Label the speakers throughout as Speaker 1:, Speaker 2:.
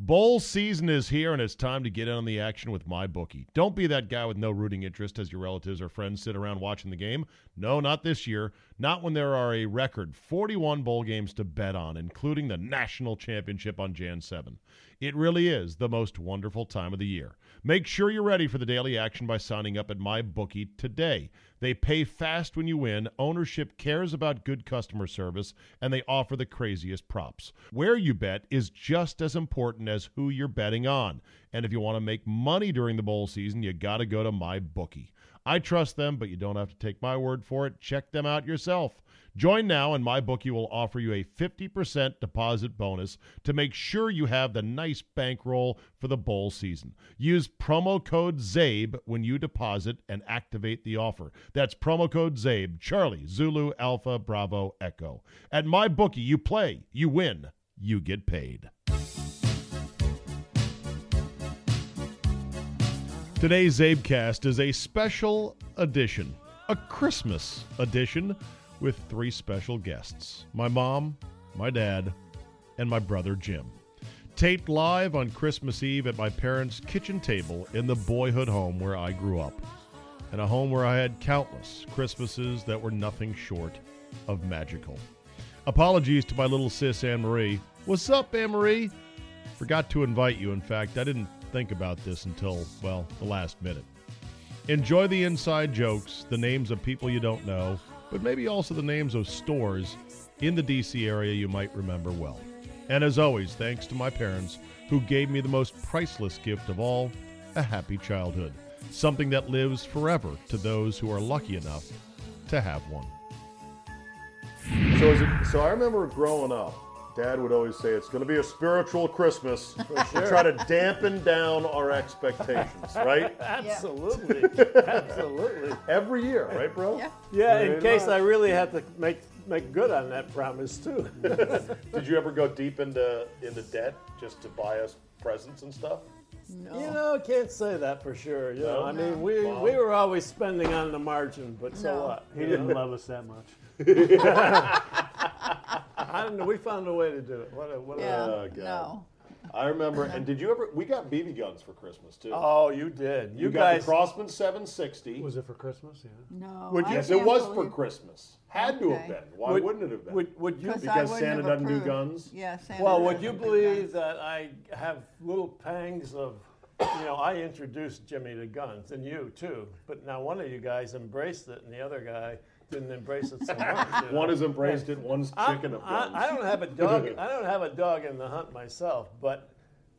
Speaker 1: Bowl season is here, and it's time to get in on the action with my bookie. Don't be that guy with no rooting interest as your relatives or friends sit around watching the game. No, not this year. Not when there are a record 41 bowl games to bet on, including the national championship on Jan 7. It really is the most wonderful time of the year. Make sure you're ready for the daily action by signing up at my bookie today. They pay fast when you win, ownership cares about good customer service, and they offer the craziest props. Where you bet is just as important as who you're betting on. And if you want to make money during the bowl season, you got to go to my bookie. I trust them, but you don't have to take my word for it. Check them out yourself. Join now, and my bookie will offer you a 50% deposit bonus to make sure you have the nice bankroll for the bowl season. Use promo code ZABE when you deposit and activate the offer. That's promo code ZABE, Charlie, Zulu, Alpha, Bravo, Echo. At my bookie, you play, you win, you get paid. Today's Zabecast is a special edition, a Christmas edition, with three special guests my mom, my dad, and my brother Jim. Taped live on Christmas Eve at my parents' kitchen table in the boyhood home where I grew up, and a home where I had countless Christmases that were nothing short of magical. Apologies to my little sis, Anne Marie. What's up, Anne Marie? Forgot to invite you. In fact, I didn't think about this until, well, the last minute. Enjoy the inside jokes, the names of people you don't know, but maybe also the names of stores in the DC area you might remember well. And as always, thanks to my parents who gave me the most priceless gift of all a happy childhood, something that lives forever to those who are lucky enough to have one. So, is it, so I remember growing up, Dad would always say it's going to be a spiritual Christmas. We should try to dampen down our expectations, right?
Speaker 2: Absolutely. Absolutely.
Speaker 1: Every year, right, bro? Yeah.
Speaker 2: Yeah, in case I really have to make make good on that promise too.
Speaker 1: Did you ever go deep into into debt just to buy us presents and stuff?
Speaker 2: You know, can't say that for sure. You know,
Speaker 1: No?
Speaker 2: I mean, we we were always spending on the margin, but so
Speaker 3: No.
Speaker 2: what? He didn't love us that much. I don't know. We found a way to do it. What a, what
Speaker 3: Yeah.
Speaker 2: a,
Speaker 1: Oh, God.
Speaker 3: no.
Speaker 1: I remember. And did you ever? We got BB guns for Christmas too.
Speaker 2: oh, you did. You,
Speaker 1: you
Speaker 2: guys.
Speaker 1: got the Crossman 760.
Speaker 4: Was it for Christmas? Yeah.
Speaker 3: No.
Speaker 2: Would you-
Speaker 1: yes,
Speaker 3: I
Speaker 1: it
Speaker 3: can't
Speaker 1: was for
Speaker 3: believe-
Speaker 1: Christmas. Had to have
Speaker 3: Okay.
Speaker 1: been. Why
Speaker 2: Would-
Speaker 1: wouldn't it have been?
Speaker 2: Would, would you?
Speaker 3: 'Cause I
Speaker 1: Because
Speaker 3: wouldn't
Speaker 1: Santa
Speaker 3: have
Speaker 1: doesn't do
Speaker 3: approved.
Speaker 1: guns?
Speaker 3: Yeah, Santa.
Speaker 2: Well,
Speaker 3: doesn't
Speaker 2: would you
Speaker 3: do
Speaker 2: believe
Speaker 3: guns.
Speaker 2: that I have little pangs of, you know, I introduced Jimmy to guns and you too, but now one of you guys embraced it and the other guy didn't embrace it so much. you know?
Speaker 1: One has embraced it. One's
Speaker 2: I-
Speaker 1: chicken of guns.
Speaker 2: I, I don't have a dog. I don't have a dog in the hunt myself, but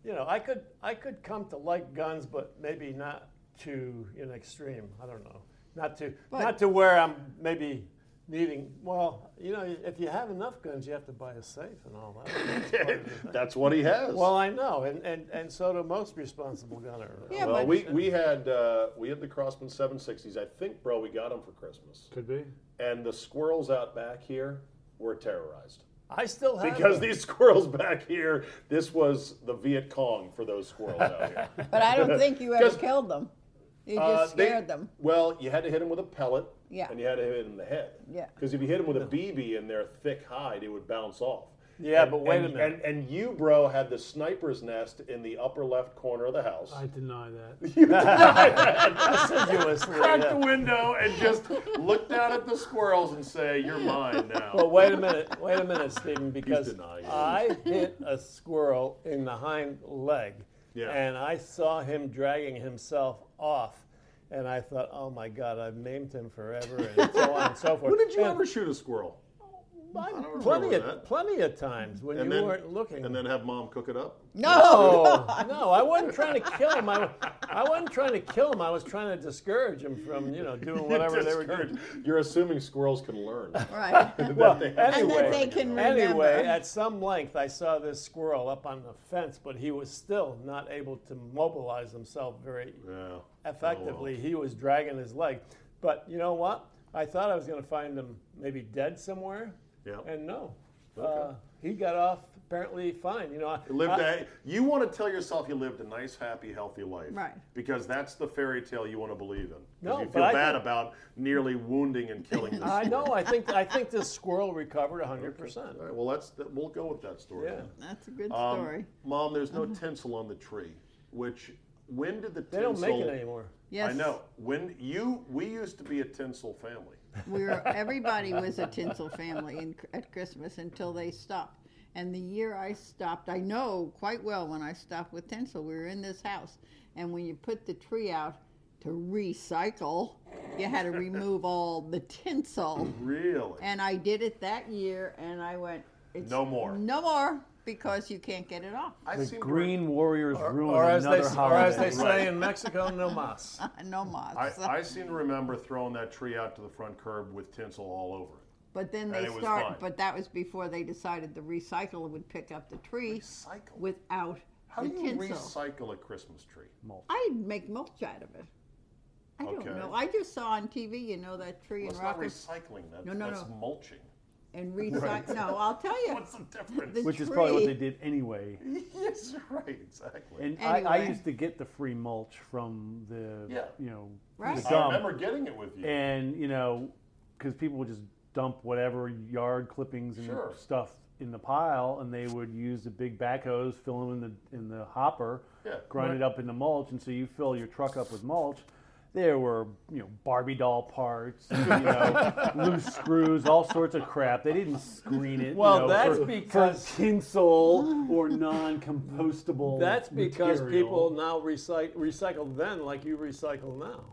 Speaker 2: you know, I could I could come to like guns, but maybe not to an extreme. I don't know, not to not to where I'm maybe needing. Well, you know, if you have enough guns, you have to buy a safe and all that. That's part of the thing.
Speaker 1: That's what he has.
Speaker 2: Well, I know, and, and, and so do most responsible gunner.
Speaker 3: Yeah,
Speaker 1: Well,
Speaker 3: but
Speaker 1: we, we had uh, we had the Crossman 760s. I think, bro, we got them for Christmas.
Speaker 4: Could be.
Speaker 1: And the squirrels out back here were terrorized
Speaker 2: I still have
Speaker 1: because
Speaker 2: them.
Speaker 1: these squirrels back here. This was the Viet Cong for those squirrels out here.
Speaker 3: but I don't think you ever
Speaker 1: Just-
Speaker 3: killed them. You just
Speaker 1: Uh, they-
Speaker 3: scared them.
Speaker 1: Well, you had to hit them with a pellet.
Speaker 3: Yeah.
Speaker 1: And you had to hit them in the head.
Speaker 3: Yeah.
Speaker 1: Because if you hit them with a BB in their thick hide, it would bounce off.
Speaker 5: Yeah,
Speaker 1: And-
Speaker 5: but wait a
Speaker 1: and-
Speaker 5: minute.
Speaker 1: And, and you, bro, had the sniper's nest in the upper left corner of the house.
Speaker 6: I deny that.
Speaker 5: Assiduously,
Speaker 1: Crack
Speaker 5: yeah.
Speaker 1: the window and just look down at the squirrels and say, "You're mine now."
Speaker 5: But wait a minute, wait a minute, Stephen, because
Speaker 1: denying it.
Speaker 5: I hit a squirrel in the hind leg,
Speaker 1: Yeah.
Speaker 5: and I saw him dragging himself off, and I thought, oh my God, I've named him forever, and so on and so forth.
Speaker 1: when did you
Speaker 5: And
Speaker 1: ever shoot a squirrel?
Speaker 5: I-
Speaker 1: remember
Speaker 5: plenty of
Speaker 1: that.
Speaker 5: plenty of times when you weren't looking.
Speaker 1: and then have mom cook it up.
Speaker 5: no, no, I wasn't trying to kill him. I, I wasn't trying to kill him. I was trying to discourage him from you know doing whatever they were doing.
Speaker 1: You're assuming squirrels can learn.
Speaker 3: Right.
Speaker 1: well, they have to
Speaker 3: And
Speaker 5: Anyway,
Speaker 3: that
Speaker 1: learn.
Speaker 3: they can remember.
Speaker 5: Anyway, at some length, I saw this squirrel up on the fence, but he was still not able to mobilize himself very
Speaker 1: Yeah.
Speaker 5: effectively.
Speaker 2: Oh.
Speaker 5: He was dragging his leg. But you know what? I thought I was going to find him maybe dead somewhere.
Speaker 1: Yeah.
Speaker 5: And no. Uh, he got off apparently fine. You know, I,
Speaker 1: Lived
Speaker 5: I-
Speaker 1: a, you want to tell yourself you lived a nice, happy, healthy life.
Speaker 3: Right.
Speaker 1: Because that's the fairy tale you want to believe in. Because
Speaker 5: No,
Speaker 1: you
Speaker 5: but
Speaker 1: feel
Speaker 5: I
Speaker 1: bad
Speaker 5: think-
Speaker 1: about nearly wounding and killing this
Speaker 5: I know.
Speaker 1: squirrel.
Speaker 5: I think I think this squirrel recovered 100%.
Speaker 1: All right, well, that's that, we'll go with that story.
Speaker 5: Yeah.
Speaker 1: then.
Speaker 3: That's a good
Speaker 1: Um,
Speaker 3: story.
Speaker 1: Mom, there's
Speaker 3: Uh-huh.
Speaker 1: no tinsel on the tree. Which when did the
Speaker 5: They
Speaker 1: tinsel?
Speaker 5: don't make it anymore.
Speaker 3: Yes.
Speaker 1: I know. When you we used to be a tinsel family.
Speaker 3: We were, everybody was a tinsel family in, at Christmas until they stopped. And the year I stopped, I know quite well when I stopped with tinsel, we were in this house. And when you put the tree out to recycle, you had to remove all the tinsel.
Speaker 1: Really?
Speaker 3: And I did it that year, and I went, it's
Speaker 1: No more.
Speaker 3: No more because you can't get it off.
Speaker 1: I
Speaker 2: The
Speaker 1: seem to re-
Speaker 2: Green Warriors ruined
Speaker 5: Or as, they,
Speaker 2: another
Speaker 5: or as
Speaker 2: holiday.
Speaker 5: they say in Mexico, no mas.
Speaker 3: No moss.
Speaker 1: I, I seem to remember throwing that tree out to the front curb with tinsel all over it.
Speaker 3: But then
Speaker 1: And
Speaker 3: they
Speaker 1: it was fine.
Speaker 3: start. But that was before they decided the recycle would pick up the tree
Speaker 1: Recycle?
Speaker 3: without
Speaker 1: How
Speaker 3: the
Speaker 1: do you
Speaker 3: tinsel.
Speaker 1: recycle a Christmas tree?
Speaker 3: I make mulch out of it. I
Speaker 1: Okay.
Speaker 3: don't know. I just saw on TV, you know, that tree
Speaker 1: That's
Speaker 3: in
Speaker 1: not
Speaker 3: Rockers
Speaker 1: recycling. That's,
Speaker 3: No, no,
Speaker 1: that's
Speaker 3: no.
Speaker 1: mulching.
Speaker 3: and recycle. No, I'll tell you.
Speaker 1: What's the difference?
Speaker 3: The
Speaker 2: Which
Speaker 3: tree,
Speaker 2: is probably what they did anyway.
Speaker 1: yes, you're right. Exactly.
Speaker 2: And I, I
Speaker 3: Anyway.
Speaker 2: used to get the free mulch from the,
Speaker 1: Yeah.
Speaker 2: you know,
Speaker 3: Right.
Speaker 2: the
Speaker 1: I
Speaker 2: dump.
Speaker 1: remember getting it with you.
Speaker 2: And, you know, because people would just dump whatever yard clippings and
Speaker 1: Sure.
Speaker 2: stuff in the pile, and they would use the big backhoes, fill them in the, in the hopper,
Speaker 1: Yeah.
Speaker 2: grind it up into mulch. And so you fill your truck up with mulch. There were, you know, Barbie doll parts, you know, loose screws, all sorts of crap. They didn't screen it. you
Speaker 5: Well,
Speaker 2: know,
Speaker 5: that's
Speaker 2: for- for
Speaker 5: because-
Speaker 2: tinsel or non-compostable.
Speaker 5: That's because
Speaker 2: material.
Speaker 5: people now recycle, recycle then like you recycle now.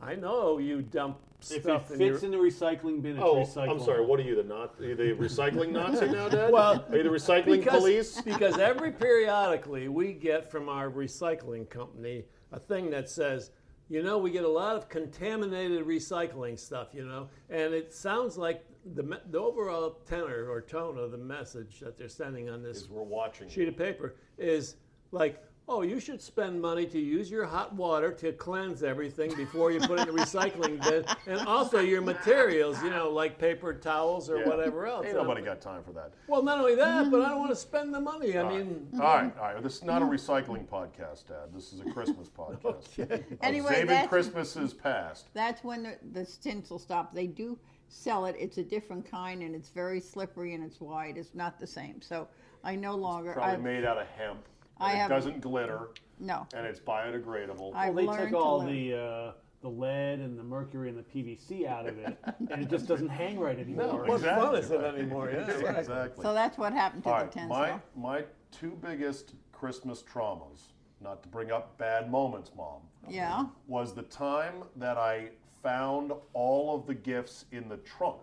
Speaker 5: I know you dump
Speaker 2: If it
Speaker 5: stuff
Speaker 2: fits
Speaker 5: in your. Oh,
Speaker 2: in the recycling bin, it's recyclable.
Speaker 1: Oh, What are you, the not the recycling Nazi now, Dad?
Speaker 5: Well,
Speaker 1: are you the recycling
Speaker 5: because, because every periodically we get from our recycling company a thing that says, you know, we get a lot of contaminated recycling stuff, you know, and it sounds like the, me- the overall tenor or tone of the message that they're sending on this
Speaker 1: We're watching.
Speaker 5: sheet of paper is like, oh, you should spend money to use your hot water to cleanse everything before you put it in the recycling bin, and also your materials, you know, like paper towels or
Speaker 1: Yeah.
Speaker 5: whatever else.
Speaker 1: Ain't
Speaker 5: And I'm
Speaker 1: nobody
Speaker 5: like,
Speaker 1: got time for that.
Speaker 5: Well, not only that, but I
Speaker 3: Mm.
Speaker 5: don't want to spend the money. I mean,
Speaker 1: all right,
Speaker 3: mm-hmm.
Speaker 1: all right. This is not a recycling podcast, Dad. This is a Christmas podcast.
Speaker 3: Anyway,
Speaker 1: Saving
Speaker 3: that's-
Speaker 1: Christmas is past.
Speaker 3: That's when the, the tinsel stopped. They do sell it. It's a different kind, and it's very slippery and it's wide. It's not the same. So I no longer.
Speaker 1: Probably
Speaker 3: I,
Speaker 1: made out of hemp.
Speaker 3: I
Speaker 1: and it
Speaker 3: have-
Speaker 1: doesn't glitter,
Speaker 3: no.
Speaker 1: and it's biodegradable.
Speaker 3: I
Speaker 2: Well, they
Speaker 3: learned
Speaker 2: took
Speaker 3: to
Speaker 2: all
Speaker 3: live.
Speaker 2: the uh, the lead and the mercury and the PVC out of it, and it just doesn't hang right anymore.
Speaker 5: what
Speaker 1: Exactly
Speaker 5: fun is it
Speaker 1: right.
Speaker 5: anymore? Yeah, right.
Speaker 1: exactly.
Speaker 3: So that's what happened to
Speaker 1: All
Speaker 3: the
Speaker 1: right,
Speaker 3: tinsel.
Speaker 1: my my two biggest Christmas traumas, not to bring up bad moments, mom,
Speaker 3: yeah.
Speaker 1: was the time that I found all of the gifts in the trunk.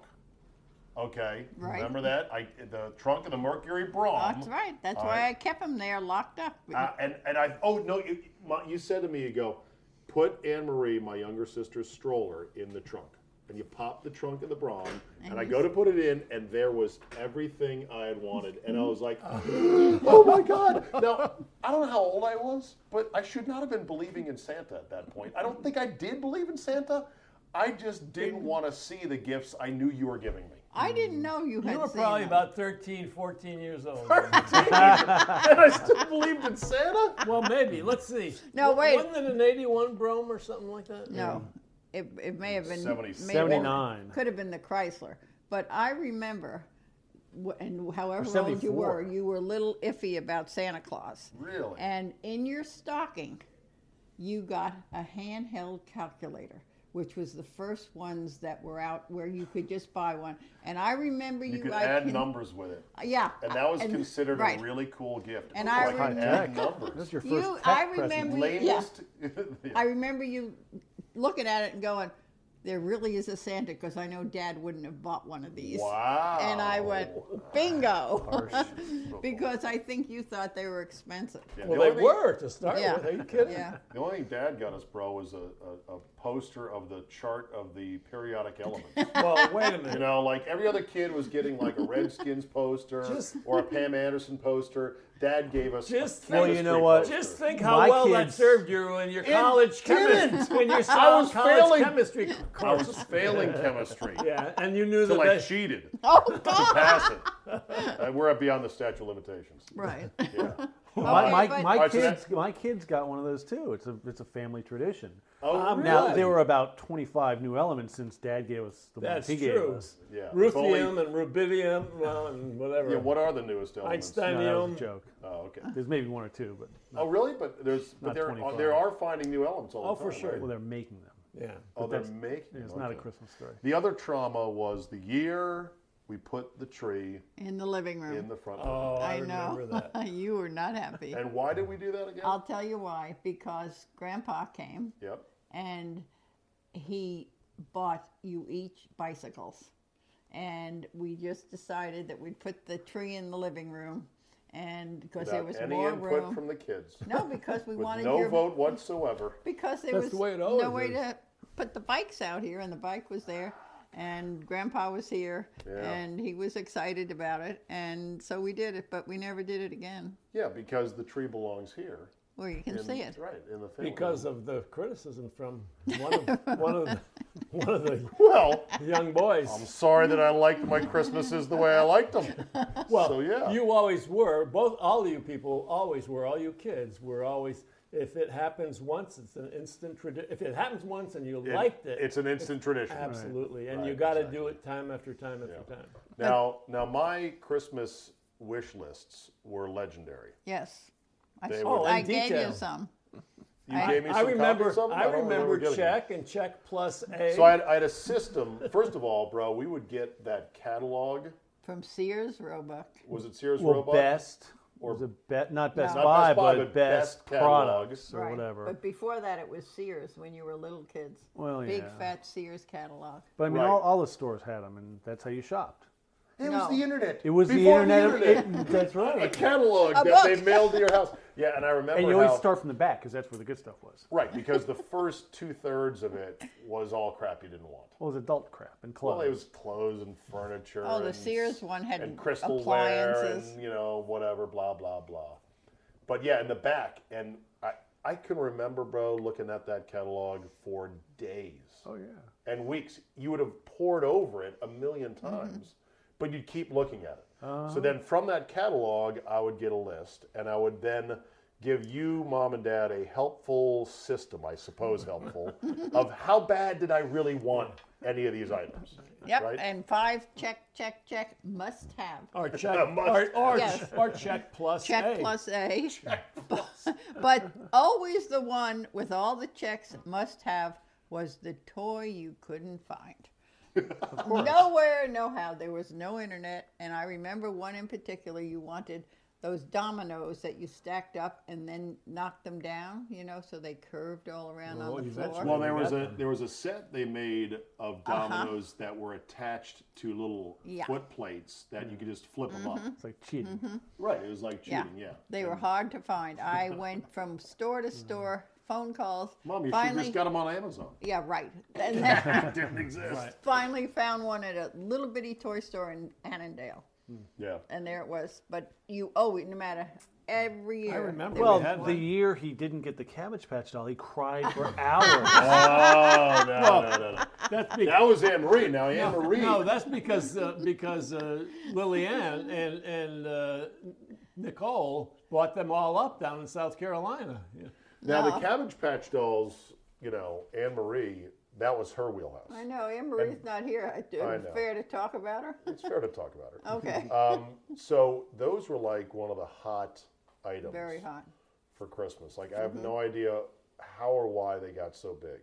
Speaker 1: Okay,
Speaker 3: Right.
Speaker 1: remember that? I the trunk of the Mercury Brom.
Speaker 5: Um,
Speaker 3: That's right. That's
Speaker 1: All
Speaker 3: why
Speaker 1: right.
Speaker 3: I kept them there locked up.
Speaker 1: Uh, and and I oh no, you, my, you said to me, you go, put Anne Marie, my younger sister's stroller, in the trunk, and you pop the trunk of the Brom, and I go to put it in, and there was everything I had wanted, and I was like, oh my god! Now I don't know how old I was, but I should not have been believing in Santa at that point. I don't think I did believe in Santa. I just didn't want to see the gifts I knew you were giving me.
Speaker 3: I didn't know you had
Speaker 5: you were
Speaker 3: seen
Speaker 5: probably
Speaker 3: them.
Speaker 5: about 13, 14 years old.
Speaker 1: and I still believed in Santa.
Speaker 5: well, maybe. Let's see.
Speaker 3: No,
Speaker 5: Wa-
Speaker 3: wait.
Speaker 5: Wasn't it an 81 Brome or something like that?
Speaker 3: No, it, it may have been may have
Speaker 1: 70.
Speaker 3: been-
Speaker 2: Seventy nine.
Speaker 3: Could have been the Chrysler, but I remember wh- and however
Speaker 2: Or
Speaker 3: old you
Speaker 2: 74.
Speaker 3: were, you were a little iffy about Santa Claus.
Speaker 1: Really?
Speaker 3: And in your stocking, you got a handheld calculator, which was the first ones that were out where you could just buy one. And I remember you,
Speaker 1: You could
Speaker 3: I
Speaker 1: add
Speaker 3: can-
Speaker 1: numbers with it.
Speaker 3: Yeah.
Speaker 1: And that was
Speaker 3: and-
Speaker 1: considered
Speaker 3: right.
Speaker 1: a really cool gift.
Speaker 3: And I
Speaker 1: like,
Speaker 3: rem-
Speaker 1: add
Speaker 2: This is
Speaker 1: numbers.
Speaker 2: your first
Speaker 3: You-
Speaker 2: tech
Speaker 3: I
Speaker 2: present.
Speaker 3: remember-
Speaker 1: Labels. to-
Speaker 3: I remember you looking at it and going, "There really is a Santa," because I know Dad wouldn't have bought one of these.
Speaker 1: wow.
Speaker 3: And I went, "Bingo," because I think you thought they were expensive.
Speaker 1: Yeah,
Speaker 5: Well,
Speaker 1: the
Speaker 5: they
Speaker 1: only-
Speaker 5: were to start
Speaker 3: Yeah.
Speaker 5: with. Are you kidding?
Speaker 3: Yeah.
Speaker 1: The only thing Dad got us, bro, was a, a, a poster of the chart of the periodic elements.
Speaker 5: Well, wait a minute.
Speaker 1: You know, like every other kid was getting like a Redskins poster
Speaker 5: Just-
Speaker 1: or a Pam Anderson poster. Dad gave us.
Speaker 5: Just
Speaker 1: a
Speaker 5: think- Well,
Speaker 2: you
Speaker 1: chemistry
Speaker 2: know what?
Speaker 1: poster.
Speaker 5: Just think how
Speaker 2: My
Speaker 5: well that
Speaker 2: kids-
Speaker 5: served you in your college
Speaker 1: didn't.
Speaker 5: chemistry. When your
Speaker 1: I was
Speaker 5: college
Speaker 1: failing.
Speaker 5: chemistry
Speaker 1: I
Speaker 5: course.
Speaker 1: was failing chemistry.
Speaker 5: Yeah, and you knew that.
Speaker 1: Until I
Speaker 5: that
Speaker 1: cheated
Speaker 3: Oh
Speaker 1: to
Speaker 3: God!
Speaker 1: pass it. Uh, we're beyond the statute of limitations.
Speaker 3: Right.
Speaker 2: My,
Speaker 3: Okay,
Speaker 2: my,
Speaker 3: but-
Speaker 2: my
Speaker 1: Alright, so
Speaker 2: kids,
Speaker 1: that-
Speaker 2: my kids got one of those too. It's a it's a family tradition. Um,
Speaker 1: Oh,
Speaker 2: Now there were about 25 new elements since Dad gave us the
Speaker 5: that's
Speaker 2: ones he gave
Speaker 5: true.
Speaker 2: us.
Speaker 1: Yeah, if only-
Speaker 5: Ruthium and rubidium, well, and whatever.
Speaker 1: Yeah, what are the newest elements?
Speaker 5: Einstein-
Speaker 2: No, that was
Speaker 5: Um,
Speaker 2: a joke.
Speaker 1: Oh, okay.
Speaker 2: There's maybe one or two, but
Speaker 1: Oh, really? But there's but
Speaker 2: Not
Speaker 1: there are,
Speaker 2: 25.
Speaker 1: there are finding new elements all the
Speaker 5: Oh,
Speaker 1: time.
Speaker 5: for sure.
Speaker 2: well,
Speaker 1: right?
Speaker 2: they're making them.
Speaker 5: yeah.
Speaker 1: Oh, they're making.
Speaker 2: It's not a
Speaker 1: okay.
Speaker 2: Christmas story.
Speaker 1: The other trauma was the year we put the tree
Speaker 3: In the living room.
Speaker 1: in the front.
Speaker 5: Oh, I,
Speaker 3: I,
Speaker 5: remember
Speaker 3: know.
Speaker 5: that.
Speaker 3: you were not
Speaker 5: Oh.
Speaker 3: happy.
Speaker 1: And why did we do that again?
Speaker 3: I'll tell you why. Because Grandpa came
Speaker 1: Yep.
Speaker 3: and he bought you each bicycles, and we just decided that we'd put the tree in the living room, and because there
Speaker 1: Without
Speaker 3: was
Speaker 1: any
Speaker 3: more
Speaker 1: input
Speaker 3: room.
Speaker 1: from the kids.
Speaker 3: no, because we
Speaker 1: With
Speaker 3: wanted
Speaker 1: no
Speaker 3: your
Speaker 1: vote whatsoever.
Speaker 3: because there
Speaker 5: That's
Speaker 3: was
Speaker 5: the way it
Speaker 3: no
Speaker 5: always
Speaker 3: way
Speaker 5: is.
Speaker 3: to put the bikes out here, and the bike was there, and Grandpa was here, and he was excited about it, and so we did it, but we never did it again.
Speaker 1: Yeah, because the tree belongs here.
Speaker 3: Where you can
Speaker 1: in-
Speaker 3: see it.
Speaker 1: Right, in the family.
Speaker 5: Because of the criticism from one of one of the, one of the
Speaker 1: Well,
Speaker 5: young boys.
Speaker 1: I'm sorry that I liked my Christmases the way I liked them.
Speaker 5: Well,
Speaker 1: So, yeah.
Speaker 5: you always were. Both, all you people always were. All you kids were always. If it happens once, it's an instant tradition. If it happens once and you liked it,
Speaker 1: It's an instant tradition.
Speaker 5: absolutely, and you got to do it time after time after time.
Speaker 1: Now, now my Christmas wish lists were legendary.
Speaker 3: Yes. I,
Speaker 1: They
Speaker 3: s-
Speaker 1: were- Oh,
Speaker 3: I
Speaker 5: in
Speaker 3: gave
Speaker 5: detail.
Speaker 3: you some.
Speaker 1: You gave me some
Speaker 5: I remember.
Speaker 1: copies of them?
Speaker 5: I
Speaker 1: don't know where we're
Speaker 5: remember
Speaker 1: getting them.
Speaker 5: check and check plus a.
Speaker 1: So I had, I had a system. First of all, bro, we would get that catalog.
Speaker 3: From Sears Roebuck.
Speaker 1: Was it Sears
Speaker 2: Well,
Speaker 1: Roebuck?
Speaker 2: best or was it be, not best
Speaker 3: Not
Speaker 2: buy,
Speaker 1: Best Buy,
Speaker 2: but,
Speaker 1: but
Speaker 2: best,
Speaker 1: best catalog.
Speaker 2: products or whatever.
Speaker 3: But before that, it was Sears when you were little kids.
Speaker 2: Well,
Speaker 3: Big
Speaker 2: yeah.
Speaker 3: fat Sears catalog.
Speaker 2: But I mean,
Speaker 1: Right.
Speaker 2: all, all the stores had them, and that's how you shopped.
Speaker 1: It
Speaker 3: No.
Speaker 1: was the internet.
Speaker 2: It was
Speaker 1: Before
Speaker 2: the internet.
Speaker 1: internet.
Speaker 2: it- that's
Speaker 1: a
Speaker 2: right.
Speaker 1: catalog
Speaker 3: A
Speaker 1: that
Speaker 3: book.
Speaker 1: they mailed to your house. Yeah, and I remember
Speaker 2: And you always
Speaker 1: how-
Speaker 2: start from the back because that's where the good stuff was.
Speaker 1: right because the first two thirds of it was all crap you didn't want.
Speaker 2: Well, it was adult crap and clothes.
Speaker 1: Well, it was clothes and furniture.
Speaker 3: Oh, the
Speaker 1: and,
Speaker 3: Sears one had
Speaker 1: and crystalware
Speaker 3: appliances.
Speaker 1: and you know whatever, blah blah blah. But yeah, in the back, and I I can remember, bro, looking at that catalog for days
Speaker 2: oh yeah. Mm-hmm.
Speaker 1: and weeks. You would have poured over it a million times, but you'd keep looking at it. So
Speaker 2: Uh-huh.
Speaker 1: then from that catalog, I would get a list, and I would then give you, mom and dad, a helpful system, I suppose helpful, of how bad did I really want any of these items.
Speaker 3: Yep.
Speaker 1: Right?
Speaker 3: And five check, check, check, must have.
Speaker 5: or check or,
Speaker 1: must-
Speaker 5: or,
Speaker 3: Yes.
Speaker 5: or check plus
Speaker 3: Check
Speaker 5: a.
Speaker 3: plus A. but always the one with all the checks must have was the toy you couldn't find. Nowhere, no how. There was no internet. And I remember one in particular you wanted those dominoes that you stacked up and then knocked them down, you know, so they curved all around
Speaker 1: Oh,
Speaker 3: on the
Speaker 5: you bet
Speaker 3: floor.
Speaker 5: you
Speaker 1: Well, there was a there was a set they made of dominoes that were attached to little
Speaker 3: Uh-huh. Yeah. Mm-hmm.
Speaker 1: foot plates that you could just flip them up.
Speaker 2: It's like cheating.
Speaker 1: Right, it was like cheating. Yeah,
Speaker 3: They were hard to find. I went from store to store, phone calls.
Speaker 1: Mm. Mom, you should
Speaker 3: finally,
Speaker 1: just got them on Amazon.
Speaker 3: Yeah, right. And then-
Speaker 1: It didn't exist.
Speaker 3: finally found one at a little bitty toy store in Annandale,
Speaker 1: Yeah.
Speaker 3: and there it was. But you owe it no matter every year.
Speaker 5: I remember.
Speaker 2: Well,
Speaker 5: we had
Speaker 2: the
Speaker 5: one.
Speaker 2: year he didn't get the Cabbage Patch doll, he cried for hours.
Speaker 1: Oh no, no, no, no.
Speaker 5: that's because.
Speaker 1: That was Anne Marie. Now Anne Marie.
Speaker 5: No, that's because uh, because uh, Lillian and and uh, Nicole bought them all up down in South Carolina. Yeah.
Speaker 1: now the Cabbage Patch Dolls. You know, Anne Marie That was her wheelhouse.
Speaker 3: I know Emery's not here. I,
Speaker 1: I
Speaker 3: is
Speaker 1: know.
Speaker 3: it fair to talk about her?
Speaker 1: It's fair to talk about her.
Speaker 3: okay,
Speaker 1: Um, so those were like one of the hot items
Speaker 3: very hot.
Speaker 1: for Christmas. Like I have
Speaker 3: Mm-hmm.
Speaker 1: no idea how or why they got so big.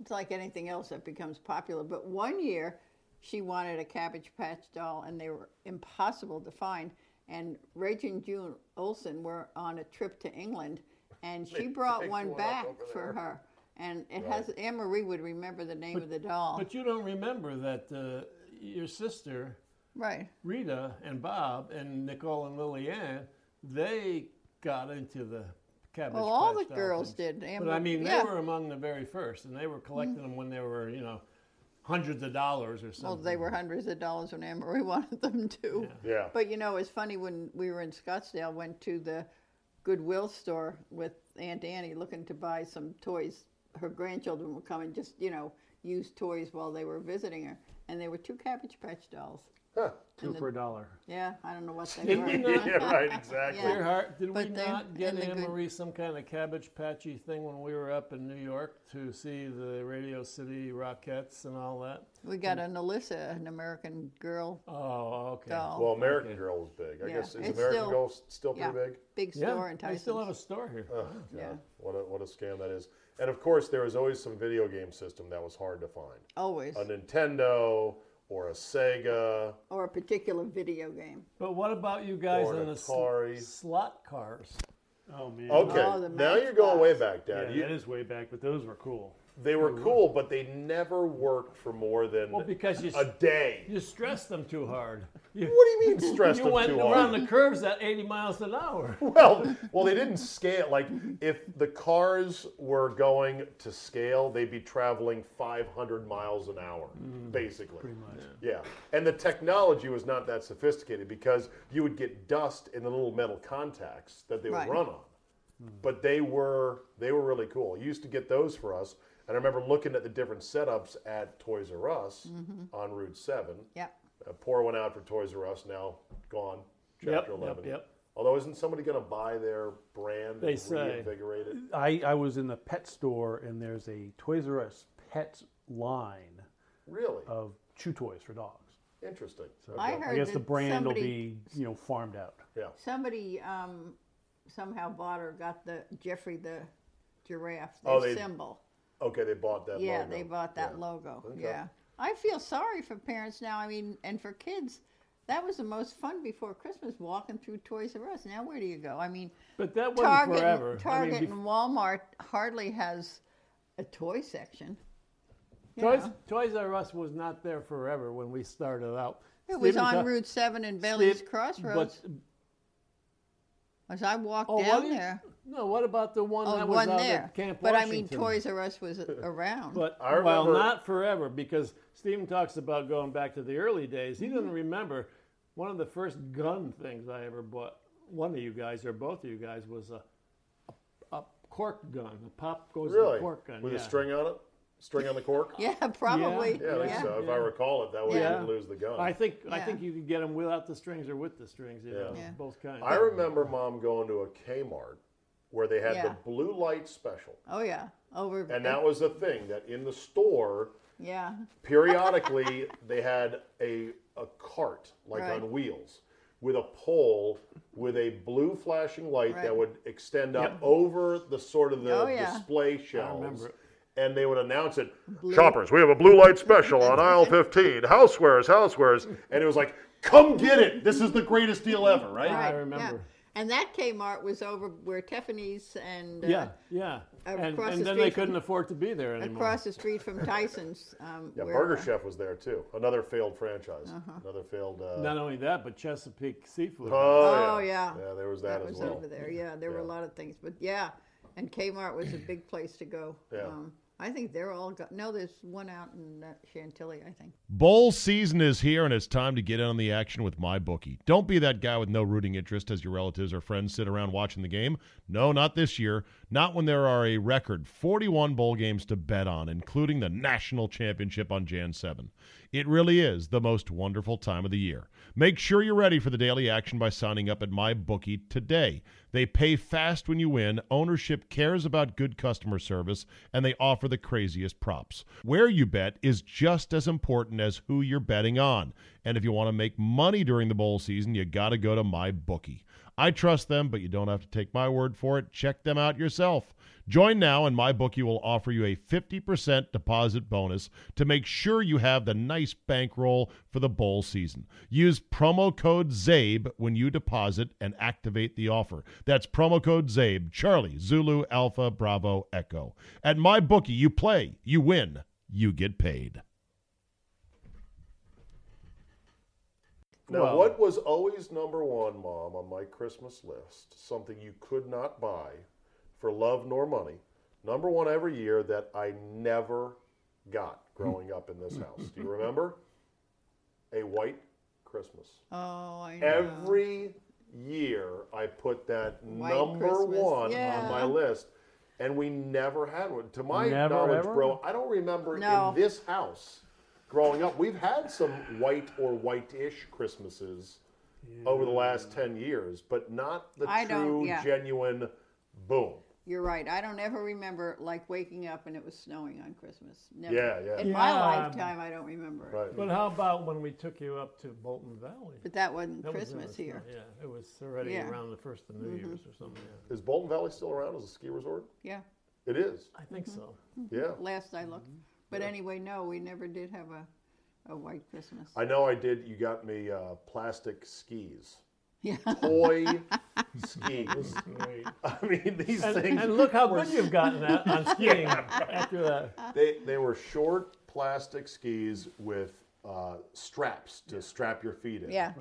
Speaker 3: It's like anything else that becomes popular. But one year, she wanted a Cabbage Patch doll, and they were impossible to find. And Rachel and June Olsen were on a trip to England, and she brought one back for her. And it has Anne Marie would remember the name of the doll,
Speaker 5: But you don't remember that uh, your sister
Speaker 3: right?
Speaker 5: Rita and Bob and Nicole and Lillian, they got into the cabbage.
Speaker 3: Well, all
Speaker 5: Patch
Speaker 3: the
Speaker 5: Doll
Speaker 3: girls
Speaker 5: things.
Speaker 3: did, and
Speaker 5: But I
Speaker 3: we-
Speaker 5: mean,
Speaker 3: yeah. Mm-hmm.
Speaker 5: they were among the very first, and they were collecting them when they were, you know, hundreds of dollars or
Speaker 3: Well,
Speaker 5: something.
Speaker 3: they were hundreds of dollars when Anne Marie wanted them to.
Speaker 1: Yeah.
Speaker 3: But you know, it's funny when we were in Scottsdale, went to the Goodwill store with Aunt Annie looking to buy some toys. Her grandchildren would come and just, you know, use toys while they were visiting her. And they were two Cabbage Patch dolls.
Speaker 2: Two for a dollar.
Speaker 3: Yeah, I don't know what they were.
Speaker 1: yeah, right, exactly.
Speaker 3: Yeah.
Speaker 5: Sweetheart, did
Speaker 3: But
Speaker 5: we
Speaker 3: they're
Speaker 5: not get
Speaker 3: in the
Speaker 5: Anne
Speaker 3: good-
Speaker 5: Marie some kind of cabbage patchy thing when we were up in New York to see the Radio City Rockettes and all that?
Speaker 3: We got an Alyssa, an American girl
Speaker 5: Oh, okay.
Speaker 3: doll.
Speaker 1: Well, American Girl was big. I
Speaker 3: Yeah.
Speaker 1: guess is
Speaker 3: It's
Speaker 1: American
Speaker 3: still-
Speaker 1: Girl s- still
Speaker 3: yeah,
Speaker 1: pretty big?
Speaker 3: big
Speaker 5: yeah,
Speaker 3: store in
Speaker 5: they
Speaker 3: Tyson's.
Speaker 5: still have a store here.
Speaker 3: yeah.
Speaker 1: What a, what a scam that is. And of course, there was always some video game system that was hard to find.
Speaker 3: Always.
Speaker 1: A Nintendo or a Sega.
Speaker 3: Or a particular video game.
Speaker 5: But what about you guys
Speaker 1: Or an
Speaker 5: in the sl-
Speaker 1: Atari.
Speaker 5: slot cars?
Speaker 2: Oh man.
Speaker 1: Okay,
Speaker 3: Oh, the
Speaker 1: now you're going
Speaker 3: Matchbox.
Speaker 1: way back,
Speaker 2: Oh, Yeah,
Speaker 1: Dad. You-
Speaker 2: that is way back, but those were cool.
Speaker 1: they were cool, but they never worked for more than
Speaker 5: Well, because you
Speaker 1: a day.
Speaker 5: you stressed them too hard. You,
Speaker 1: What do you mean stressed
Speaker 5: you
Speaker 1: them
Speaker 5: went
Speaker 1: too
Speaker 5: around
Speaker 1: hard?
Speaker 5: the curves at 80 miles an hour.
Speaker 1: well, well, they didn't scale. Like, if the cars were going to scale, they'd be traveling 500 miles an hour, basically. Mm-hmm. Pretty much. Yeah. And the technology was not that sophisticated because you would get dust in the little metal contacts that they
Speaker 3: Right.
Speaker 1: would run on. But they were they were really cool. You used to get those for us, and I remember looking at the different setups at Toys R Us on Route Seven.
Speaker 3: Yep.
Speaker 1: A poor one out for Toys R Us now gone. Chapter
Speaker 5: Yep, yep,
Speaker 1: eleven.
Speaker 5: yep.
Speaker 1: Although isn't somebody going to buy their brand
Speaker 5: They
Speaker 1: and
Speaker 5: say.
Speaker 1: reinvigorate it?
Speaker 2: I, I was in the pet store and there's a Toys R Us pet line
Speaker 1: Really
Speaker 5: Uh,
Speaker 2: of chew toys for dogs.
Speaker 1: interesting.
Speaker 3: I heard
Speaker 2: I guess
Speaker 3: that
Speaker 2: the brand
Speaker 3: somebody,
Speaker 2: will be you know farmed out.
Speaker 3: somebody um, somehow bought or got the Jeffrey the giraffe the
Speaker 1: Oh, they-
Speaker 3: symbol.
Speaker 1: Okay, they bought that.
Speaker 3: Yeah,
Speaker 1: logo.
Speaker 3: they bought that
Speaker 1: Yeah.
Speaker 3: logo. Yeah, I feel sorry for parents now. I mean, and for kids, that was the most fun before Christmas walking through Toys R Us. Now where do you go? I mean,
Speaker 5: But that wasn't
Speaker 3: Target,
Speaker 5: forever.
Speaker 3: Target,
Speaker 5: I mean,
Speaker 3: and Walmart hardly has a toy section.
Speaker 5: be- Toys, Toys R Us was not there forever when we started out.
Speaker 3: It was on
Speaker 5: Steve-
Speaker 3: Route Seven and Bailey's
Speaker 5: Steve-
Speaker 3: Crossroads.
Speaker 5: but-
Speaker 3: As I walked
Speaker 5: oh, what
Speaker 3: down
Speaker 5: do you-
Speaker 3: there,
Speaker 5: No, what about the one
Speaker 3: oh,
Speaker 5: that
Speaker 3: one
Speaker 5: was out
Speaker 3: there.
Speaker 5: at Camp
Speaker 3: but
Speaker 5: Washington?
Speaker 3: I mean, Toys R Us was around.
Speaker 5: But
Speaker 1: I
Speaker 5: well,
Speaker 1: remember-
Speaker 5: not forever because Stephen talks about going back to the early days. He
Speaker 3: Mm-hmm.
Speaker 5: doesn't remember one of the first gun things I ever bought. One of you guys or both of you guys was a a, a cork gun. A pop goes in
Speaker 1: Really
Speaker 5: a cork gun
Speaker 1: with
Speaker 5: yeah.
Speaker 1: a string on it, string on the cork.
Speaker 3: yeah, probably.
Speaker 1: Yeah, I think
Speaker 3: yeah.
Speaker 1: so. If I recall it, that way
Speaker 3: Yeah.
Speaker 1: you didn't lose the gun.
Speaker 5: I think I
Speaker 3: Yeah.
Speaker 5: think you could get them without the strings or with the strings. You know,
Speaker 1: Yeah.
Speaker 5: both kinds.
Speaker 1: I remember mom going to a Kmart where they had the
Speaker 3: Yeah.
Speaker 1: blue light special.
Speaker 3: Oh yeah, over.
Speaker 1: And that was a thing that in the store,
Speaker 3: yeah,
Speaker 1: periodically, they had a, a cart, like
Speaker 3: Right.
Speaker 1: on wheels, with a pole with a blue flashing light that
Speaker 3: Right.
Speaker 1: would extend up over the sort of the
Speaker 3: Oh, yeah.
Speaker 1: display shelves.
Speaker 5: it.
Speaker 1: And they would announce it Shoppers, we have a blue light special on aisle 15. Housewares, housewares. And it was like, Come get it. This is the greatest deal ever, right?
Speaker 3: right.
Speaker 5: remember.
Speaker 3: Yeah. And that Kmart was over where Tiffany's and uh,
Speaker 5: Yeah, yeah. And,
Speaker 3: across
Speaker 5: and
Speaker 3: the
Speaker 5: then
Speaker 3: street
Speaker 5: they
Speaker 3: from-
Speaker 5: couldn't afford to be there anymore.
Speaker 3: across the street from Tyson's. Um,
Speaker 1: Yeah,
Speaker 3: where,
Speaker 1: Burger
Speaker 3: uh,
Speaker 1: Chef was there too. Another failed franchise.
Speaker 3: Uh-huh.
Speaker 1: Another failed. Uh,
Speaker 5: Not only that, but Chesapeake Seafood.
Speaker 1: Oh,
Speaker 3: Oh,
Speaker 1: yeah.
Speaker 3: yeah.
Speaker 1: there was that,
Speaker 3: That
Speaker 1: as
Speaker 3: was
Speaker 1: well.
Speaker 3: over there. Yeah, there were a
Speaker 1: Yeah.
Speaker 3: lot of things, but yeah, and Kmart was a big place to go. Um,
Speaker 1: Yeah.
Speaker 3: I think they're all go- no. There's one out in uh, Chantilly, I think.
Speaker 7: Bowl season is here, and it's time to get in on the action with my bookie. Don't be that guy with no rooting interest as your relatives or friends sit around watching the game. No, not this year. Not when there are a record 41 bowl games to bet on, including the national championship on Jan 7. It really is the most wonderful time of the year. Make sure you're ready for the daily action by signing up at MyBookie today. They pay fast when you win, ownership cares about good customer service, and they offer the craziest props. Where you bet is just as important as who you're betting on. And if you want to make money during the bowl season, you got to go to MyBookie. I trust them, but you don't have to take my word for it. Check them out yourself. Join now, and MyBookie will offer you a 50% deposit bonus to make sure you have the nice bankroll for the bowl season. Use promo code ZABE when you deposit and activate the offer. That's promo code ZABE, Charlie, Zulu, Alpha, Bravo, Echo. At MyBookie, you play, you win, you get paid.
Speaker 1: Now, what was always number one, Mom, on my Christmas list, something you could not buy for love nor money, number one every year that I never got growing up in this house? Do you remember? A white Christmas.
Speaker 3: Oh, I know.
Speaker 1: Every year I put that
Speaker 3: White
Speaker 1: number
Speaker 3: Christmas,
Speaker 1: one
Speaker 3: yeah.
Speaker 1: on my list. And we never had one. To my
Speaker 2: Never,
Speaker 1: knowledge,
Speaker 2: ever?
Speaker 1: bro, I don't remember
Speaker 3: No.
Speaker 1: in this house growing up. We've had some white or white-ish Christmases over the last ten years, but not the
Speaker 3: I don't-
Speaker 1: true,
Speaker 3: yeah.
Speaker 1: genuine boom.
Speaker 3: You're right. I don't ever remember like waking up and it was snowing on Christmas. Never.
Speaker 1: Yeah, yeah.
Speaker 3: In my
Speaker 5: Yeah.
Speaker 3: lifetime, I don't remember. it.
Speaker 1: Right.
Speaker 5: But how about when we took you up to Bolton Valley?
Speaker 3: But that wasn't
Speaker 5: That was in
Speaker 3: Christmas
Speaker 5: the-
Speaker 3: here.
Speaker 5: Yeah, it was already
Speaker 3: Yeah. Mm-hmm.
Speaker 5: around the first of New Year's or something. Yeah.
Speaker 1: Is Bolton Valley still around as a ski resort?
Speaker 3: Yeah.
Speaker 1: It is.
Speaker 5: I think so.
Speaker 1: Yeah.
Speaker 3: last I looked.
Speaker 1: Mm-hmm.
Speaker 3: But anyway, no, we never did have a, a white Christmas.
Speaker 1: I know I did. You got me uh, plastic skis.
Speaker 3: Yeah.
Speaker 1: Toy skis. I mean, these things.
Speaker 5: And look how good you've gotten at, on skiing after that.
Speaker 1: They they were short plastic skis with uh, straps to strap your feet in.
Speaker 3: Yeah.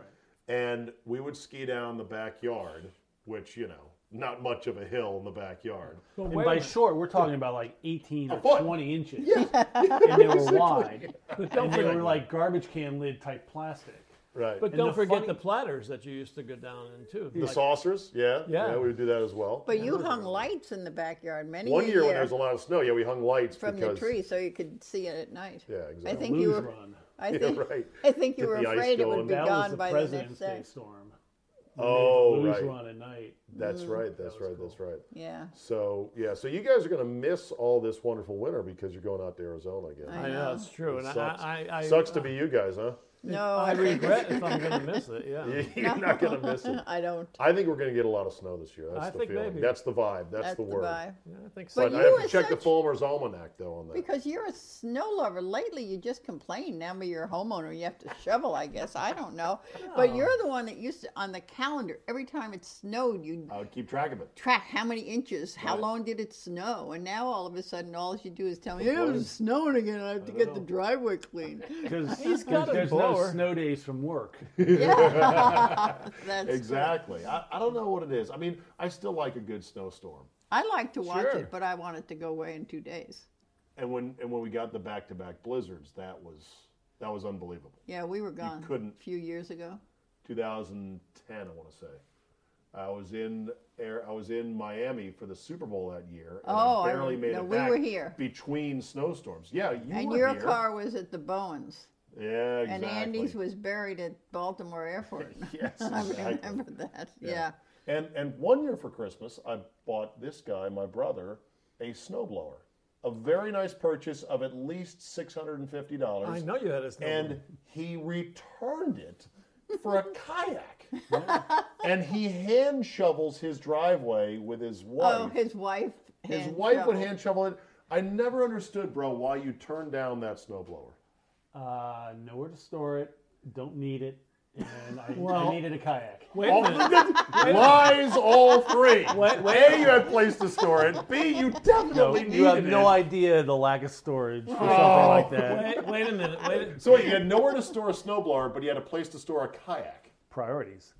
Speaker 1: And we would ski down the backyard, which you know, not much of a hill in the backyard.
Speaker 2: And by short, we're talking about like 18 or
Speaker 1: foot.
Speaker 2: 20 inches. and they were wide.
Speaker 5: But
Speaker 2: And
Speaker 5: don't
Speaker 2: they were
Speaker 5: forget,
Speaker 2: like garbage can lid type plastic.
Speaker 1: Right.
Speaker 5: but
Speaker 2: and
Speaker 5: don't
Speaker 2: the
Speaker 5: forget
Speaker 2: funny-
Speaker 5: the platters that you used to go down in too.
Speaker 1: the
Speaker 5: Like,
Speaker 1: saucers, yeah,
Speaker 5: Yeah.
Speaker 1: we would do that as well.
Speaker 3: But you hung lights in the backyard many
Speaker 1: One
Speaker 3: a
Speaker 1: year, when there was a lot of snow, yeah, we hung lights
Speaker 3: from
Speaker 1: because
Speaker 3: the tree, so you could see it at night.
Speaker 1: Yeah,
Speaker 3: I
Speaker 1: exactly.
Speaker 3: think you
Speaker 2: Luge
Speaker 3: were.
Speaker 2: run.
Speaker 3: I
Speaker 1: Yeah,
Speaker 3: think.
Speaker 1: right.
Speaker 3: I think you
Speaker 1: Get
Speaker 3: were
Speaker 1: the ice
Speaker 3: afraid it
Speaker 1: going.
Speaker 3: would be
Speaker 2: That was
Speaker 3: gone
Speaker 2: the
Speaker 3: by the next
Speaker 2: President's Day
Speaker 3: day.
Speaker 2: storm.
Speaker 1: Oh,
Speaker 2: Luge
Speaker 1: right.
Speaker 2: run at night.
Speaker 1: That's
Speaker 3: Mm.
Speaker 1: right. That's right. That's right.
Speaker 3: Yeah.
Speaker 1: So yeah, so you guys are gonna miss all this wonderful winter because you're going out to Arizona again.
Speaker 5: I know it's true, and
Speaker 1: Sucks.
Speaker 5: I, I, uh, I
Speaker 1: Sucks to be you guys, huh?
Speaker 3: No,
Speaker 5: I
Speaker 3: I, think
Speaker 5: regret if I'm going to miss it. Yeah.
Speaker 1: You're not gonna miss it.
Speaker 3: I don't.
Speaker 1: I think we're going to get a lot of snow this year. That's
Speaker 5: I
Speaker 1: the
Speaker 5: think
Speaker 1: feeling.
Speaker 5: maybe.
Speaker 1: That's the vibe. That's,
Speaker 3: That's
Speaker 1: the
Speaker 3: the
Speaker 1: word.
Speaker 3: vibe.
Speaker 5: Yeah, I think so.
Speaker 3: But
Speaker 1: But I
Speaker 3: you
Speaker 1: have to
Speaker 3: were
Speaker 1: check the
Speaker 3: such-
Speaker 1: Fulmer's Almanac though on that.
Speaker 3: Because you're a snow lover. Lately, you just complain. Now, but you're a homeowner. You have to shovel, I guess. I don't know. But
Speaker 1: Oh.
Speaker 3: you're the one that used to, on the calendar, every time it snowed, you
Speaker 1: I would keep track of it.
Speaker 3: track how many inches, how long did it snow, and now all of a sudden, all you do is tell me it was snowing again. I have to get the driveway clean.
Speaker 2: Because
Speaker 5: got a
Speaker 2: there's
Speaker 5: blower.
Speaker 2: no snow days from work.
Speaker 3: That's
Speaker 1: Exactly. I, I don't know what it is. I mean, I still like a good snowstorm.
Speaker 3: I like to watch
Speaker 1: Sure.
Speaker 3: it, but I want it to go away in two days.
Speaker 1: And when and when we got the back to back blizzards, that was that was unbelievable.
Speaker 3: Yeah, we were gone
Speaker 1: couldn't-
Speaker 3: a few years ago.
Speaker 1: 2010, I want to say. I was in air. I was in Miami for the Super Bowl that year. And
Speaker 3: Oh, I
Speaker 1: I barely
Speaker 3: rem-
Speaker 1: made
Speaker 3: no,
Speaker 1: it
Speaker 3: we
Speaker 1: back
Speaker 3: were here.
Speaker 1: between snowstorms. Yeah, you
Speaker 3: and
Speaker 1: were
Speaker 3: your
Speaker 1: here.
Speaker 3: car was at the Bowens,
Speaker 1: Yeah, exactly.
Speaker 3: and Andy's was buried at Baltimore Airport.
Speaker 1: Yes,
Speaker 3: I
Speaker 1: exactly.
Speaker 3: remember that. Yeah.
Speaker 1: And and one year for Christmas, I bought this guy, my brother, a snowblower. A very nice purchase of at least six hundred and fifty dollars.
Speaker 5: I know you had a snow.
Speaker 1: And he returned it for a kayak. And he hand shovels his driveway with his wife.
Speaker 3: Oh, his wife.
Speaker 1: His
Speaker 3: hand
Speaker 1: wife would
Speaker 3: shoveled.
Speaker 1: hand shovel it. I never understood, bro, why you turned down that snowblower.
Speaker 2: Uh, nowhere to store it. Don't need it. And I,
Speaker 5: Well-
Speaker 2: I needed a kayak.
Speaker 5: Wait
Speaker 1: All-
Speaker 5: a minute.
Speaker 1: Lies all three.
Speaker 5: Wait, wait.
Speaker 1: A, you had place to store it. B, you definitely needed
Speaker 2: you have
Speaker 1: it.
Speaker 2: no idea the lack of storage for
Speaker 1: Oh.
Speaker 2: something like that.
Speaker 5: Wait, wait a minute. Wait. A,
Speaker 1: So wait, you had nowhere to store a snowblower, but you had a place to store a kayak.
Speaker 2: Priorities.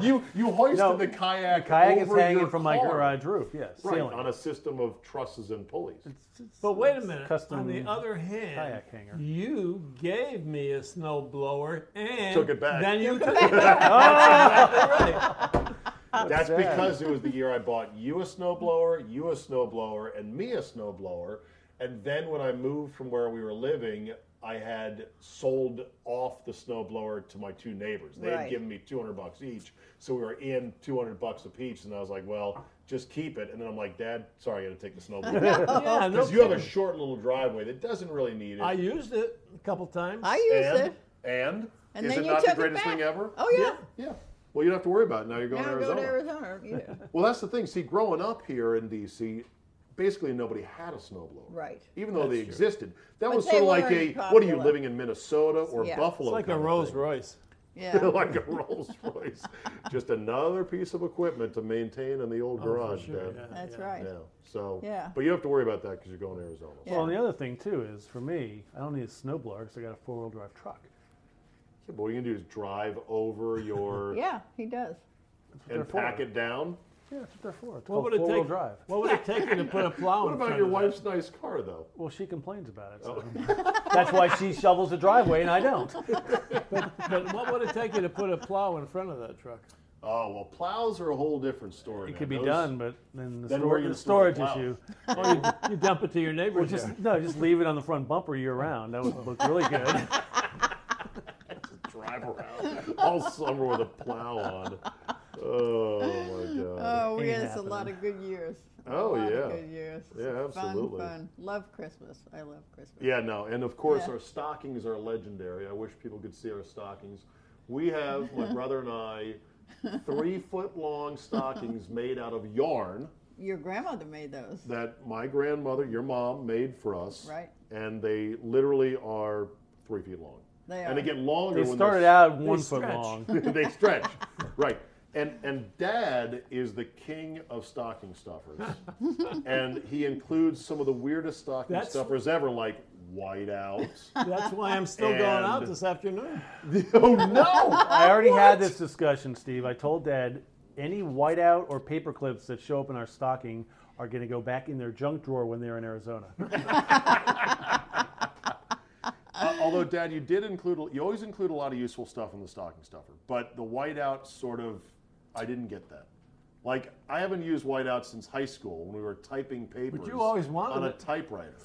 Speaker 1: You you hoisted
Speaker 2: No,
Speaker 1: the kayak.
Speaker 2: Kayak
Speaker 1: over
Speaker 2: is hanging
Speaker 1: your
Speaker 2: from my
Speaker 1: car.
Speaker 2: garage roof. Yes,
Speaker 1: Right,
Speaker 2: ceiling.
Speaker 1: on a system of trusses and pulleys.
Speaker 5: But wait a minute.
Speaker 2: custom
Speaker 5: On the other hand,
Speaker 2: kayak hanger.
Speaker 5: you gave me a snow blower and
Speaker 1: Took it back.
Speaker 5: Then you took it back. That's exactly right.
Speaker 1: That's because it was the year I bought you a snowblower, you a snowblower, and me a snowblower. And then when I moved from where we were living, I had sold off the snowblower to my two neighbors. They
Speaker 3: Right.
Speaker 1: had given me 200 bucks each, so we were in 200 bucks apiece, and I was like, "Well, just keep it." And then I'm like, "Dad, sorry, I got to take the snowblower
Speaker 2: Oh,
Speaker 5: Yeah, no
Speaker 1: because you have a
Speaker 5: kidding.
Speaker 1: short little driveway that doesn't really need it."
Speaker 5: I used it a couple times.
Speaker 3: I used
Speaker 1: and
Speaker 3: it.
Speaker 1: and,
Speaker 3: And
Speaker 1: is
Speaker 3: then
Speaker 1: it
Speaker 3: you
Speaker 1: not
Speaker 3: took
Speaker 1: the
Speaker 3: it
Speaker 1: greatest thing
Speaker 3: back.
Speaker 1: ever?
Speaker 3: Oh, yeah.
Speaker 1: yeah. Well, you don't have to worry about it now. You're going
Speaker 3: Now
Speaker 1: to
Speaker 3: I go
Speaker 1: Arizona.
Speaker 3: to Arizona. Yeah.
Speaker 1: Well, that's the thing. See, growing up here in D.C., basically nobody had a snowblower.
Speaker 3: Right.
Speaker 1: Even though they existed, that
Speaker 3: But
Speaker 1: was
Speaker 3: they
Speaker 1: sort of like a
Speaker 3: weren't
Speaker 1: what are you
Speaker 3: popular.
Speaker 1: living in Minnesota or
Speaker 3: Yeah.
Speaker 1: Buffalo?
Speaker 5: it's like a
Speaker 1: kind of
Speaker 5: Rolls
Speaker 1: thing.
Speaker 5: Royce.
Speaker 3: Yeah.
Speaker 1: like a Rolls Royce, just another piece of equipment to maintain in the old garage. Dad.
Speaker 3: That's right.
Speaker 1: Yeah. So.
Speaker 3: Yeah.
Speaker 1: But you don't have to worry about that because you're going to Arizona.
Speaker 3: Yeah.
Speaker 2: Well, and the other thing too is for me, I don't need a snowblower because I got a four-wheel drive truck.
Speaker 1: Yeah, but what you're gonna do is drive over your
Speaker 3: Yeah, he does.
Speaker 1: and pack it down.
Speaker 2: Yeah, that's what they're for. It's
Speaker 5: What
Speaker 2: called
Speaker 5: would it
Speaker 2: four-wheel
Speaker 5: take?
Speaker 2: drive.
Speaker 5: What would it take you to put a plow
Speaker 1: What
Speaker 5: in
Speaker 1: about
Speaker 5: front
Speaker 1: your
Speaker 5: of that?
Speaker 1: wife's nice car though?
Speaker 2: Well, she complains about it. So.
Speaker 5: Oh.
Speaker 2: that's why she shovels the driveway and I don't.
Speaker 5: But what would it take you to put a plow in front of that truck?
Speaker 1: Oh well, plows are a whole different story.
Speaker 2: It
Speaker 1: now.
Speaker 2: could be
Speaker 1: Those-
Speaker 2: done, but then the,
Speaker 1: Then
Speaker 2: stor-
Speaker 1: we're gonna
Speaker 2: the
Speaker 1: store
Speaker 2: storage
Speaker 1: the
Speaker 2: issue.
Speaker 5: Or you, you dump it to your neighbor's
Speaker 2: Just
Speaker 5: yard.
Speaker 2: no, just leave it on the front bumper year round. That would look really good.
Speaker 1: drive around all summer with a plow on. Oh my god.
Speaker 3: Oh, we
Speaker 2: Ain't
Speaker 3: had us a lot of good years.
Speaker 1: Oh,
Speaker 3: a lot
Speaker 1: yeah.
Speaker 3: Of good years.
Speaker 1: Yeah, absolutely.
Speaker 3: Fun, fun. Love Christmas. I love Christmas.
Speaker 1: Yeah, no, and of course
Speaker 3: Yeah.
Speaker 1: our stockings are legendary. I wish people could see our stockings. We have my brother and I three foot long stockings made out of yarn
Speaker 3: Your grandmother made those.
Speaker 1: that my grandmother, your mom, made for us.
Speaker 3: Right.
Speaker 1: And they literally are three feet long.
Speaker 3: They
Speaker 1: and they
Speaker 3: are.
Speaker 1: get longer
Speaker 2: They
Speaker 1: when
Speaker 2: started
Speaker 1: they're
Speaker 2: out one foot
Speaker 5: stretch.
Speaker 2: long.
Speaker 1: they stretch. Right. And and dad is the king of stocking stuffers. and he includes some of the weirdest stocking
Speaker 5: That's-
Speaker 1: stuffers ever, like Uh, whiteout.
Speaker 5: That's why I'm still going out
Speaker 1: And-
Speaker 5: this afternoon.
Speaker 1: oh no!
Speaker 2: I already had this discussion, Steve. I told Dad any whiteout or paper clips that show up in our stocking are going to go back in their junk drawer when they're in Arizona.
Speaker 1: Uh, although dad, you did include you always include a lot of useful stuff in the stocking stuffer, but the whiteout sort of I didn't get that. Like I haven't used whiteout since high school when we were typing papers
Speaker 5: always wanted
Speaker 1: on a
Speaker 5: it.
Speaker 1: typewriter.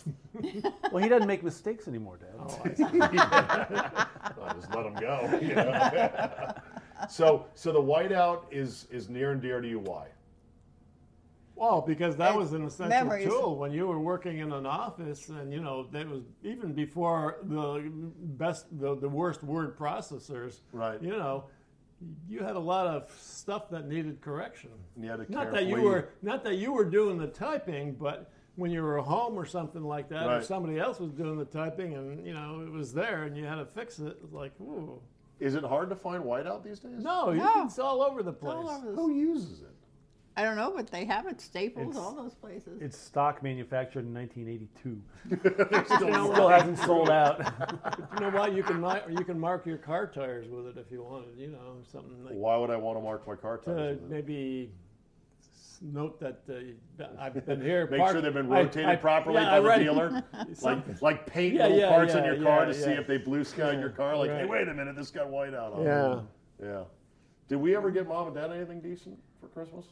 Speaker 2: well, he doesn't make mistakes anymore, Dad.
Speaker 1: I just let them go. you know? so, so the whiteout is is near and dear to you. Why?
Speaker 5: Well, because that
Speaker 3: And
Speaker 5: was an essential
Speaker 3: memories.
Speaker 5: tool when you were working in an office, and you know that was even before the best, the, the worst word processors.
Speaker 1: Right.
Speaker 5: You know, you had a lot of stuff that needed correction.
Speaker 1: And you had to
Speaker 5: not that you
Speaker 1: carefully-
Speaker 5: were not that you were doing the typing, but when you were home or something like that, or
Speaker 1: Right.
Speaker 5: somebody else was doing the typing, and you know it was there, and you had to fix it. It's like, ooh,
Speaker 1: Is it hard to find whiteout these days?
Speaker 5: no, you,
Speaker 3: No.
Speaker 5: it's all over the place.
Speaker 3: All over
Speaker 5: Oh,
Speaker 3: the-
Speaker 1: Who uses it?
Speaker 3: I don't know, but they have it. Staples,
Speaker 2: It's-
Speaker 3: all those places.
Speaker 2: It's stock manufactured in 1982.
Speaker 1: Still
Speaker 2: Still hasn't sold out.
Speaker 5: You know what? You can mark, you can mark your car tires with it if you wanted. You know, something like
Speaker 1: Why would I want to mark my car
Speaker 5: uh,
Speaker 1: tires? with it?
Speaker 5: maybe s- note that uh, that I've been here.
Speaker 1: Make
Speaker 5: parked-
Speaker 1: sure they've been
Speaker 5: I-
Speaker 1: rotated
Speaker 5: I-
Speaker 1: properly
Speaker 5: yeah,
Speaker 1: by
Speaker 5: I
Speaker 1: the
Speaker 5: read-
Speaker 1: dealer. like, like paint
Speaker 5: Yeah,
Speaker 1: little
Speaker 5: yeah,
Speaker 1: parts on
Speaker 5: yeah,
Speaker 1: your car
Speaker 5: yeah,
Speaker 1: to see
Speaker 5: yeah.
Speaker 1: if they blue skyed your car. Like, hey,
Speaker 5: right.
Speaker 1: wait a minute, this got whiteout on
Speaker 5: Yeah.
Speaker 1: it. Yeah. Did we ever get mom and dad anything decent for Christmas?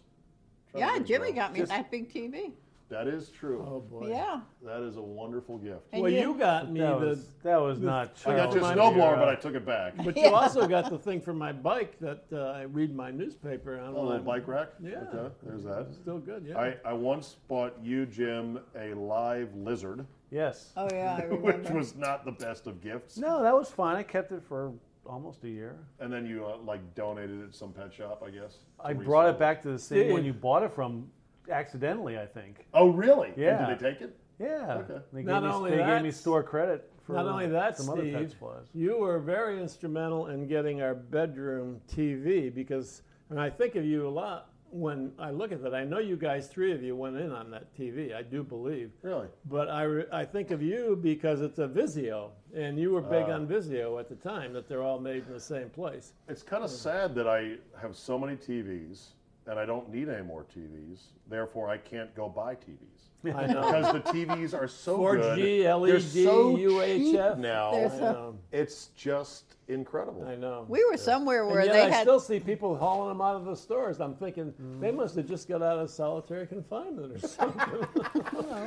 Speaker 1: Trying to
Speaker 3: yeah,
Speaker 1: think
Speaker 3: Jimmy
Speaker 1: now.
Speaker 3: got me that big TV.
Speaker 1: That is true.
Speaker 5: Oh boy.
Speaker 3: Yeah.
Speaker 1: That is a wonderful gift.
Speaker 3: And
Speaker 5: Well, you got me
Speaker 2: That
Speaker 5: the.
Speaker 2: was, that was not true.
Speaker 1: I got you a
Speaker 5: Remind
Speaker 1: snowblower, but I took it back.
Speaker 5: Oh, But you also got the thing for my bike that uh, I read my newspaper on.
Speaker 1: A
Speaker 5: when
Speaker 1: little
Speaker 5: I'm
Speaker 1: Oh, bike rack?
Speaker 5: Yeah.
Speaker 1: Okay, there's that.
Speaker 5: Still good, yeah.
Speaker 1: I, I once bought you, Jim, a live lizard,
Speaker 2: Yes.
Speaker 3: Oh, yeah, I
Speaker 1: which
Speaker 3: remember.
Speaker 1: was not the best of gifts.
Speaker 2: No, that was fine. I kept it for almost a year.
Speaker 1: And then you uh, like donated it to some pet shop, I guess. to
Speaker 2: I brought
Speaker 1: resell.
Speaker 2: it back to the same one
Speaker 5: Did.
Speaker 2: you bought it from accidentally, I think.
Speaker 1: Oh, really? And
Speaker 2: Yeah.
Speaker 1: did they take it?
Speaker 2: Yeah. They, gave
Speaker 5: Not
Speaker 2: me,
Speaker 5: only
Speaker 2: they gave me
Speaker 5: that-
Speaker 2: store credit for
Speaker 5: Not only that,
Speaker 2: some other pet
Speaker 5: Steve,
Speaker 2: supplies.
Speaker 5: you were very instrumental in getting our bedroom TV because, and I think of you a lot when I look at that. I know you guys, three of you, went in on that TV. I do believe.
Speaker 1: Really?
Speaker 5: But I, re- I think of you because it's a Vizio, and you were big on Vizio at the time that they're all made in the same place.
Speaker 1: It's kind of sad that I have so many TVs and I don't need any more TVs. Therefore, I can't go buy TVs
Speaker 5: I know.
Speaker 1: because the TVs are so
Speaker 5: 4G,
Speaker 2: E
Speaker 5: E
Speaker 1: good. They're
Speaker 5: LED,
Speaker 1: so cheap
Speaker 5: UHF.
Speaker 1: now.
Speaker 3: There's a-
Speaker 1: It's just incredible.
Speaker 5: I know.
Speaker 3: We were somewhere where
Speaker 5: and yet
Speaker 3: they
Speaker 5: I
Speaker 3: had.
Speaker 5: still see people hauling them out of the stores. I'm thinking
Speaker 3: Mm-hmm.
Speaker 5: they must have just got out of solitary confinement or something.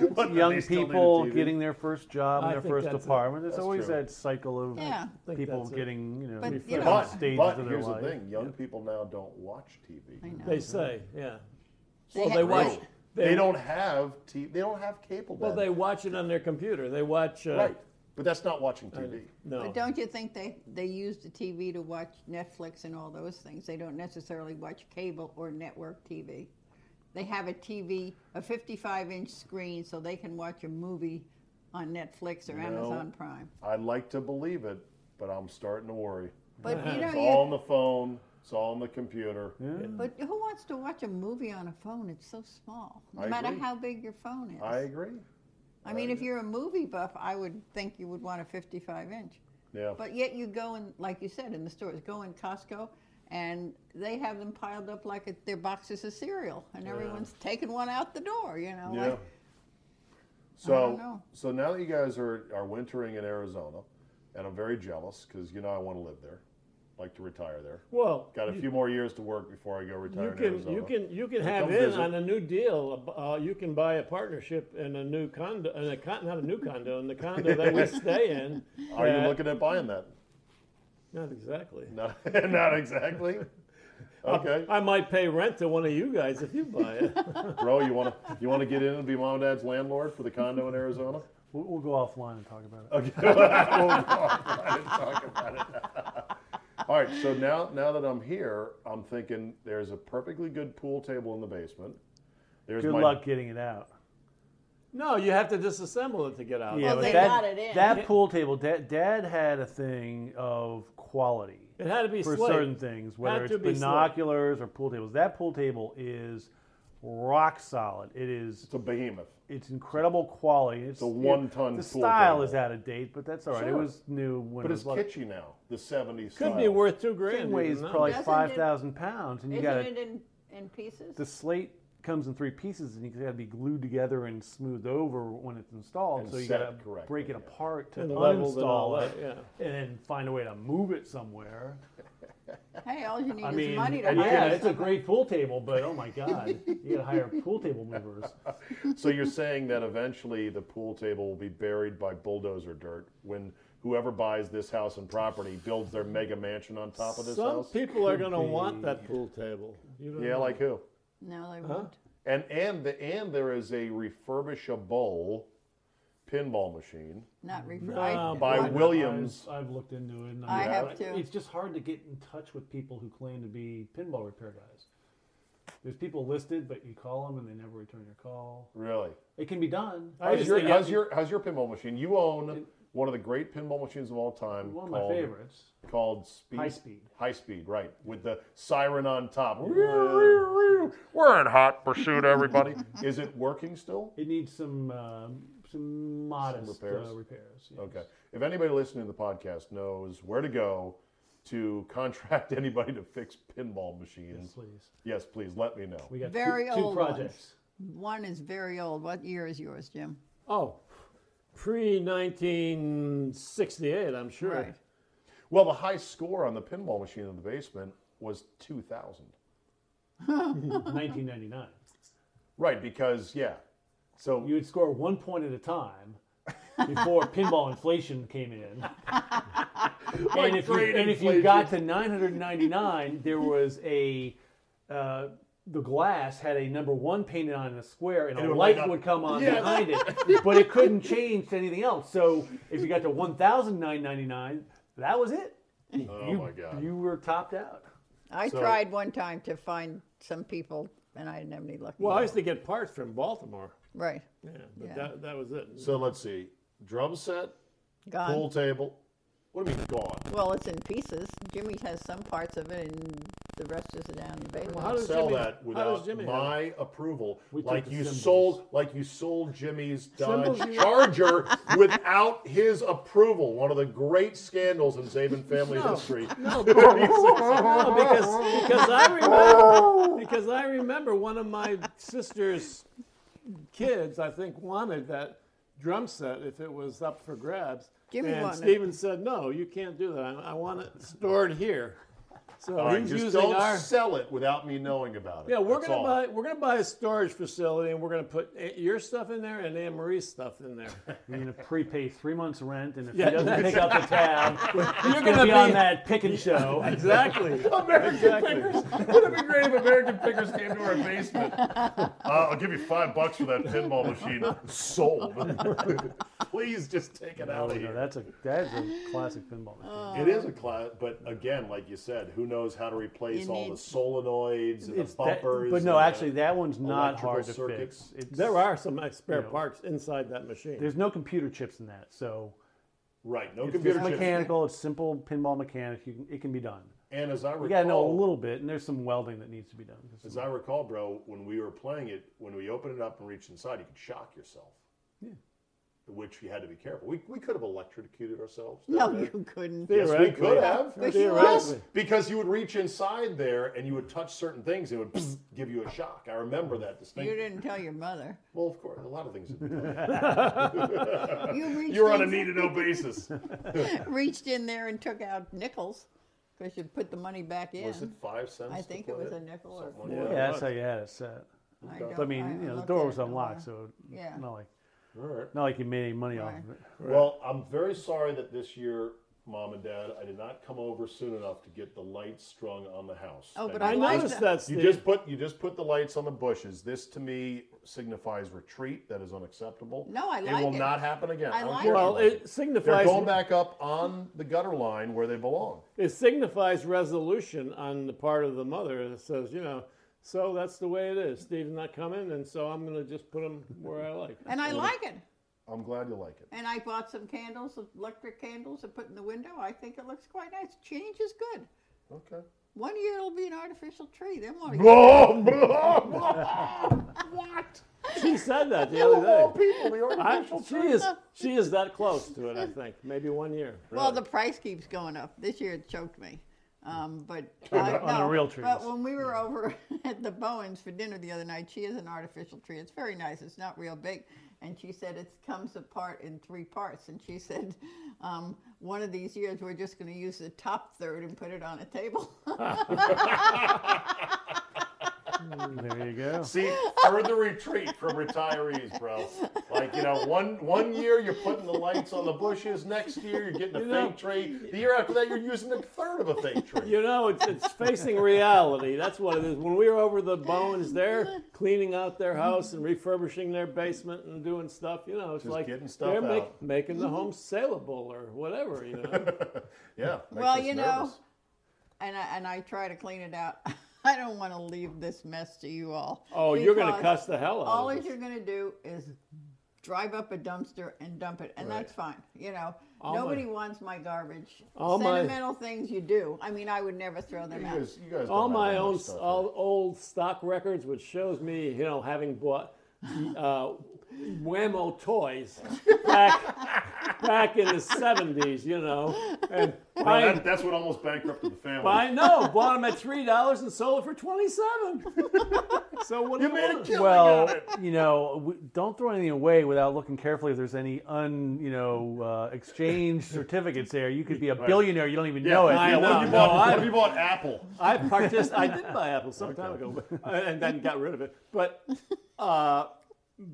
Speaker 2: It's young people getting their first job
Speaker 5: I
Speaker 2: in their
Speaker 5: think
Speaker 2: first
Speaker 5: that's it.
Speaker 2: apartment. There's
Speaker 1: That's
Speaker 2: always
Speaker 1: true.
Speaker 2: that cycle of
Speaker 3: Yeah. I
Speaker 5: think
Speaker 2: people
Speaker 5: that's it.
Speaker 2: getting, you know,
Speaker 3: But, you
Speaker 2: different
Speaker 3: know-
Speaker 1: But,
Speaker 2: stages
Speaker 1: but
Speaker 2: of their
Speaker 1: here's
Speaker 2: life.
Speaker 1: the thing: young people now don't watch TV.
Speaker 3: I know.
Speaker 5: they say, yeah.
Speaker 3: They
Speaker 5: well,
Speaker 3: had-
Speaker 5: they watch.
Speaker 1: True.
Speaker 5: They-
Speaker 1: They, don't have TV. They don't have cable.
Speaker 5: Well,
Speaker 1: then.
Speaker 5: they watch it on their computer. They watch. Uh,
Speaker 1: right, but that's not watching TV.
Speaker 5: No.
Speaker 3: But don't you think they, they use the TV to watch Netflix and all those things? They don't necessarily watch cable or network TV. They have a TV, a 55 inch screen, so they can watch a movie on Netflix or Amazon Prime.
Speaker 1: I like to believe it, but I'm starting to worry.
Speaker 3: But you know,
Speaker 1: It's all on
Speaker 3: you,
Speaker 1: the phone. It's all on the computer.
Speaker 3: but who wants to watch a movie on a phone? It's so small, no
Speaker 1: I
Speaker 3: matter
Speaker 1: agree.
Speaker 3: how big your phone is.
Speaker 1: I agree.
Speaker 3: I mean, if you're a movie buff, I would think you would want a 55 inch.
Speaker 1: Yeah.
Speaker 3: But yet you go in, like you said, in the stores, go in Costco, and they have them piled up like it- their boxes of cereal, and everyone's taking one out the door, you know?
Speaker 1: yeah.
Speaker 3: Like,
Speaker 1: So
Speaker 3: know.
Speaker 1: so now that you guys are are wintering in Arizona, and I'm very jealous because you know I want to live there, like to retire there.
Speaker 5: Well,
Speaker 1: Got a few more years to work before I go retire
Speaker 5: you
Speaker 1: in
Speaker 5: can
Speaker 1: Arizona.
Speaker 5: you can you can
Speaker 1: Come
Speaker 5: have in
Speaker 1: visit.
Speaker 5: on a new deal. Uh, you can buy a partnership in a new condo, in a con, not a new condo, in the condo that we stay in.
Speaker 1: Are
Speaker 5: that-
Speaker 1: you looking at buying that?
Speaker 5: Not exactly.
Speaker 1: No, not exactly. Okay,
Speaker 5: I might pay rent to one of you guys if you buy it.
Speaker 1: bro, you want to you want to get in and be mom and dad's landlord for the condo in Arizona?
Speaker 2: We'll, we'll go offline and talk about it.
Speaker 1: All right, so now now that I'm here, I'm thinking there's a perfectly good pool table in the basement. There's
Speaker 2: Good
Speaker 1: my,
Speaker 2: luck getting it out.
Speaker 5: no, you have to disassemble it to get out.
Speaker 2: Yeah, but
Speaker 3: they
Speaker 2: that,
Speaker 3: got it in.
Speaker 2: That pool table, dad, dad had a thing of quality
Speaker 5: It had to be
Speaker 2: for
Speaker 5: slate.
Speaker 2: certain things, whether
Speaker 5: Had
Speaker 2: it's
Speaker 5: to be slate.
Speaker 2: binoculars or pool tables. That pool table is rock solid. It is
Speaker 1: It's a behemoth.
Speaker 2: it's incredible quality. It's
Speaker 1: a one-ton
Speaker 2: The
Speaker 1: pool
Speaker 2: style
Speaker 1: table.
Speaker 2: is out of date, but that's all right. It
Speaker 1: Sure.
Speaker 2: was new when
Speaker 1: But
Speaker 2: it
Speaker 1: it's
Speaker 2: was like,
Speaker 1: kitschy now, the 70s
Speaker 5: Could
Speaker 1: style.
Speaker 5: be worth two grand.
Speaker 2: thing
Speaker 5: even
Speaker 2: weighs
Speaker 5: now.
Speaker 2: probably
Speaker 3: Doesn't it-
Speaker 2: five thousand pounds, and you
Speaker 3: Isn't
Speaker 2: got
Speaker 3: it
Speaker 2: to
Speaker 3: in, in pieces?
Speaker 2: the slate comes in three pieces, and you got to be glued together and smoothed over when it's installed.
Speaker 1: And
Speaker 2: so you
Speaker 1: set
Speaker 2: got
Speaker 1: it
Speaker 2: to
Speaker 1: correctly,
Speaker 2: break it
Speaker 1: yeah.
Speaker 2: apart to
Speaker 5: And leveled and all
Speaker 2: uninstall
Speaker 5: that,
Speaker 2: it,
Speaker 5: yeah.
Speaker 2: and then find a way to move it somewhere.
Speaker 3: hey, all you need
Speaker 2: I
Speaker 3: is
Speaker 2: mean,
Speaker 3: money to
Speaker 2: yeah,
Speaker 3: hire
Speaker 2: it's a
Speaker 3: someone.
Speaker 2: great pool table, but oh my god, you got to hire pool table movers.
Speaker 1: So you're saying that eventually the pool table will be buried by bulldozer dirt when whoever buys this house and property builds their mega mansion on top of this
Speaker 5: Some
Speaker 1: house?
Speaker 5: people are going to want that pool table. You don't
Speaker 1: yeah,
Speaker 5: know.
Speaker 1: like who?
Speaker 3: No, they won't.
Speaker 1: And and the, and there is a refurbishable pinball machine
Speaker 3: Not refried.
Speaker 1: by Williams.
Speaker 2: Uh, I've, I've looked into it. And
Speaker 3: I
Speaker 2: I'm-
Speaker 3: have too.
Speaker 2: It's just hard to get in touch with people who claim to be pinball repair guys. There's people listed, but you call them and they never return your call.
Speaker 1: Really?
Speaker 2: It can be done.
Speaker 1: How's
Speaker 5: just
Speaker 1: your,
Speaker 5: think-
Speaker 1: how's your how's your pinball machine? You own one of the great pinball machines of all time.
Speaker 2: One of my
Speaker 1: called-
Speaker 2: favorites.
Speaker 1: Called speed.
Speaker 2: High Speed.
Speaker 1: High speed, right? With the siren on top. We're in hot pursuit, everybody. Is it working still?
Speaker 2: It needs some um, some modest
Speaker 1: repairs.
Speaker 2: Uh, repairs yes.
Speaker 1: Okay. If anybody listening to the podcast knows where to go to contract anybody to fix pinball machines,
Speaker 2: please.
Speaker 1: yes, please let me know.
Speaker 2: We got
Speaker 3: Very
Speaker 2: two, two
Speaker 3: old
Speaker 2: projects.
Speaker 3: One is very old. What year is yours, Jim?
Speaker 5: Oh, pre 1968, I'm sure.
Speaker 3: Right.
Speaker 1: Well, the high score on the pinball machine in the basement was 2000.
Speaker 2: 1999.
Speaker 1: Right, because, yeah. So
Speaker 2: You would score one point at a time before pinball inflation came in. and if, you,
Speaker 1: great
Speaker 2: and if you got to 999, there was a uh, the glass had a number one painted on in a square, and,
Speaker 1: it
Speaker 2: a
Speaker 1: would
Speaker 2: light
Speaker 1: light up.
Speaker 2: would come on behind it, but it couldn't change to anything else. So if you got to 1,999, that was it.
Speaker 1: oh
Speaker 2: you,
Speaker 1: my God.
Speaker 2: you were topped out.
Speaker 3: I tried one time to find some people, and I didn't have any luck.
Speaker 5: Well, I used to get parts from Baltimore.
Speaker 3: right.
Speaker 5: Yeah, but
Speaker 3: Yeah.
Speaker 5: That, that was it.
Speaker 1: so let's see. Drum set,
Speaker 3: Gone.
Speaker 1: pool table. What do you mean gone?
Speaker 3: Well, it's in pieces. Jimmy has some parts of it, and the rest is down the basement.
Speaker 5: how does
Speaker 1: sell
Speaker 5: Jimmy-
Speaker 1: that
Speaker 5: how does
Speaker 1: without
Speaker 5: Jimmy have
Speaker 1: my approval.
Speaker 2: took
Speaker 1: Like
Speaker 2: the
Speaker 1: you
Speaker 2: symbols.
Speaker 1: sold, like you sold Jimmy's Dodge
Speaker 5: Symbols you-
Speaker 1: Charger without his approval. One of the great scandals in Zabin family history.
Speaker 5: No, because because I remember because I remember one of my sister's kids, I think, wanted that drum set if it was up for grabs,
Speaker 3: Give me
Speaker 5: And
Speaker 3: one.
Speaker 5: Steven said, no, you can't do that. I, I want it stored here. So
Speaker 1: All right,
Speaker 5: he's
Speaker 1: just
Speaker 5: using
Speaker 1: don't
Speaker 5: our.
Speaker 1: sell it without me knowing about it.
Speaker 5: Yeah, we're
Speaker 1: That's
Speaker 5: gonna
Speaker 1: all.
Speaker 5: buy we're gonna buy a storage facility and we're gonna put A- your stuff in there and Anne Marie's stuff in there.
Speaker 2: You're gonna prepay three months' rent, and if
Speaker 5: Yeah,
Speaker 2: he doesn't pick up the tab,
Speaker 5: You're
Speaker 2: it's gonna be on that pick and show.
Speaker 5: exactly.
Speaker 1: American
Speaker 5: Exactly.
Speaker 1: Pickers.
Speaker 5: Wouldn't it be great if American Pickers came to our basement?
Speaker 1: Uh, I'll give you five bucks for that pinball machine. Sold. Please just take it out of
Speaker 2: No,
Speaker 1: here.
Speaker 2: that's a that's a classic pinball machine.
Speaker 1: It is a class, but again, like you said, who knows how to replace
Speaker 3: Um, You
Speaker 1: all the
Speaker 3: need-
Speaker 1: solenoids and
Speaker 2: It's
Speaker 1: the
Speaker 2: that-
Speaker 1: bumpers?
Speaker 2: but
Speaker 1: and
Speaker 2: no,
Speaker 1: the-
Speaker 2: actually, that one's not
Speaker 1: electrical
Speaker 2: hard to
Speaker 1: circuits.
Speaker 2: fix. It's,
Speaker 5: There are some spare
Speaker 2: know.
Speaker 5: parts inside that machine.
Speaker 2: There's no computer chips in that, so
Speaker 1: right, no
Speaker 2: it's
Speaker 1: computer
Speaker 2: just
Speaker 1: chips.
Speaker 2: mechanical. It's simple pinball mechanic. You can, it can be done.
Speaker 1: And as I recall,
Speaker 2: You gotta know a little bit, and there's some welding that needs to be done.
Speaker 1: as I recall, bro, when we were playing it, when we opened it up and reached inside, you could shock yourself. Yeah. Which you had to be careful. We, we could have electrocuted ourselves. down
Speaker 3: No,
Speaker 1: there.
Speaker 3: you couldn't.
Speaker 1: Yes, we could have.
Speaker 3: But you
Speaker 1: Yes,
Speaker 3: would.
Speaker 1: because you would reach inside there and you would touch certain things and it would give you a shock. I remember that
Speaker 3: You
Speaker 1: distinctly.
Speaker 3: didn't tell your mother.
Speaker 1: Well, of course, a lot of things.
Speaker 3: You reached,
Speaker 1: you were on a
Speaker 3: in,
Speaker 1: need to know basis.
Speaker 3: reached in there and took out nickels because you put the money back in.
Speaker 1: Was it five cents?
Speaker 3: I
Speaker 1: to
Speaker 3: think it
Speaker 1: put
Speaker 3: was a nickel or
Speaker 1: Something like
Speaker 3: four.
Speaker 1: that.
Speaker 2: yeah, that's how you had it set.
Speaker 3: I,
Speaker 2: I
Speaker 3: don't-
Speaker 2: mean,
Speaker 3: I
Speaker 2: you know, the
Speaker 3: looked
Speaker 2: door
Speaker 3: at
Speaker 2: was
Speaker 3: it in a while.
Speaker 2: unlocked, so
Speaker 3: Yeah.
Speaker 2: not like
Speaker 1: All right.
Speaker 2: not like you made any money off of it.
Speaker 1: Well, I'm very sorry that this year, mom and dad, I did not come over soon enough to get the lights strung on the house.
Speaker 3: Oh,
Speaker 1: Thank
Speaker 3: but
Speaker 1: you.
Speaker 3: I
Speaker 5: I noticed that,
Speaker 1: You
Speaker 5: Steve.
Speaker 1: just put you just put the lights on the bushes. This to me signifies retreat. That is unacceptable.
Speaker 3: No, I
Speaker 1: It
Speaker 3: like
Speaker 1: will
Speaker 3: it.
Speaker 1: not happen again.
Speaker 3: I like it.
Speaker 1: unfortunately.
Speaker 5: well, it
Speaker 1: They're
Speaker 5: signifies
Speaker 1: going back up on the gutter line where they belong.
Speaker 5: it signifies resolution on the part of the mother that says, you know, so that's the way it is. Steve's not coming, and so I'm gonna just put him where I like.
Speaker 3: And I like it.
Speaker 1: I'm glad you like it.
Speaker 3: And I bought some candles, electric candles, to put in the window. I think it looks quite nice. Change is good.
Speaker 1: Okay. Oh,
Speaker 3: One year it'll be an artificial tree. Then what?
Speaker 1: Blah, blah, blah.
Speaker 3: what?
Speaker 5: She said that the
Speaker 1: Of
Speaker 5: other
Speaker 1: all oh,
Speaker 5: day.
Speaker 1: people, the
Speaker 5: I,
Speaker 1: artificial
Speaker 5: she
Speaker 1: tree.
Speaker 5: is she is that close to it. I think maybe one year.
Speaker 3: Well, the price keeps going up. This year it choked me. Um, but I-
Speaker 2: on the
Speaker 3: no,
Speaker 2: real
Speaker 3: But
Speaker 2: trees.
Speaker 3: when we were over at the Bowens for dinner the other night, she has an artificial tree. It's very nice. It's not real big, and she said it comes apart in three parts. And she said, um, one of these years we're just going to use the top third and put it on a table.
Speaker 2: There you go.
Speaker 1: See, further retreat from retirees, bro. Like you know, one one year you're putting the lights on the bushes. Next year you're getting a fake tree. The year after that you're using a third of a fake tree.
Speaker 5: You know, it's, it's facing reality. That's what it is. When we were over the Bowens there, cleaning out their house and refurbishing their basement and doing stuff, you know, it's
Speaker 1: Just
Speaker 5: like
Speaker 1: getting stuff
Speaker 5: they're
Speaker 1: out.
Speaker 5: making the home saleable or whatever, you know.
Speaker 1: Yeah. makes
Speaker 3: Well,
Speaker 1: us
Speaker 3: you know,
Speaker 1: nervous.
Speaker 3: and I and I try to clean it out. I don't want to leave this mess to you all.
Speaker 5: Oh, you're going to
Speaker 3: because
Speaker 5: cuss the hell out
Speaker 3: All
Speaker 5: of
Speaker 3: that
Speaker 5: us.
Speaker 3: you're gonna do is drive up a dumpster and dump it, and that's fine. You know,
Speaker 5: my-
Speaker 3: nobody wants my garbage.
Speaker 5: All my-
Speaker 3: Sentimental things you do. I mean, I would never throw them
Speaker 1: You
Speaker 3: out.
Speaker 1: guys, you guys don't
Speaker 5: All
Speaker 1: have
Speaker 5: my
Speaker 1: enough
Speaker 5: own
Speaker 1: stuff here.
Speaker 5: all old stock records, which shows me, you know, having bought uh, Whammo toys back, back in the 70s, you know, and
Speaker 1: Well,
Speaker 5: buying
Speaker 1: that- that's what almost bankrupted the family.
Speaker 5: I know. Bought them at three dollars and sold it for twenty-seven. so what? You made a
Speaker 2: Well, you know, w- don't throw anything away without looking carefully if there's any un, you know, uh, exchange certificates there. You could be a billionaire, you don't even know it.
Speaker 5: I
Speaker 1: Yeah, what,
Speaker 5: know,
Speaker 1: if you
Speaker 5: no,
Speaker 1: bought,
Speaker 5: I-
Speaker 1: what if you bought Apple?
Speaker 5: I particip- I did buy Apple some time ago, but- uh, and then got rid of it. But, uh,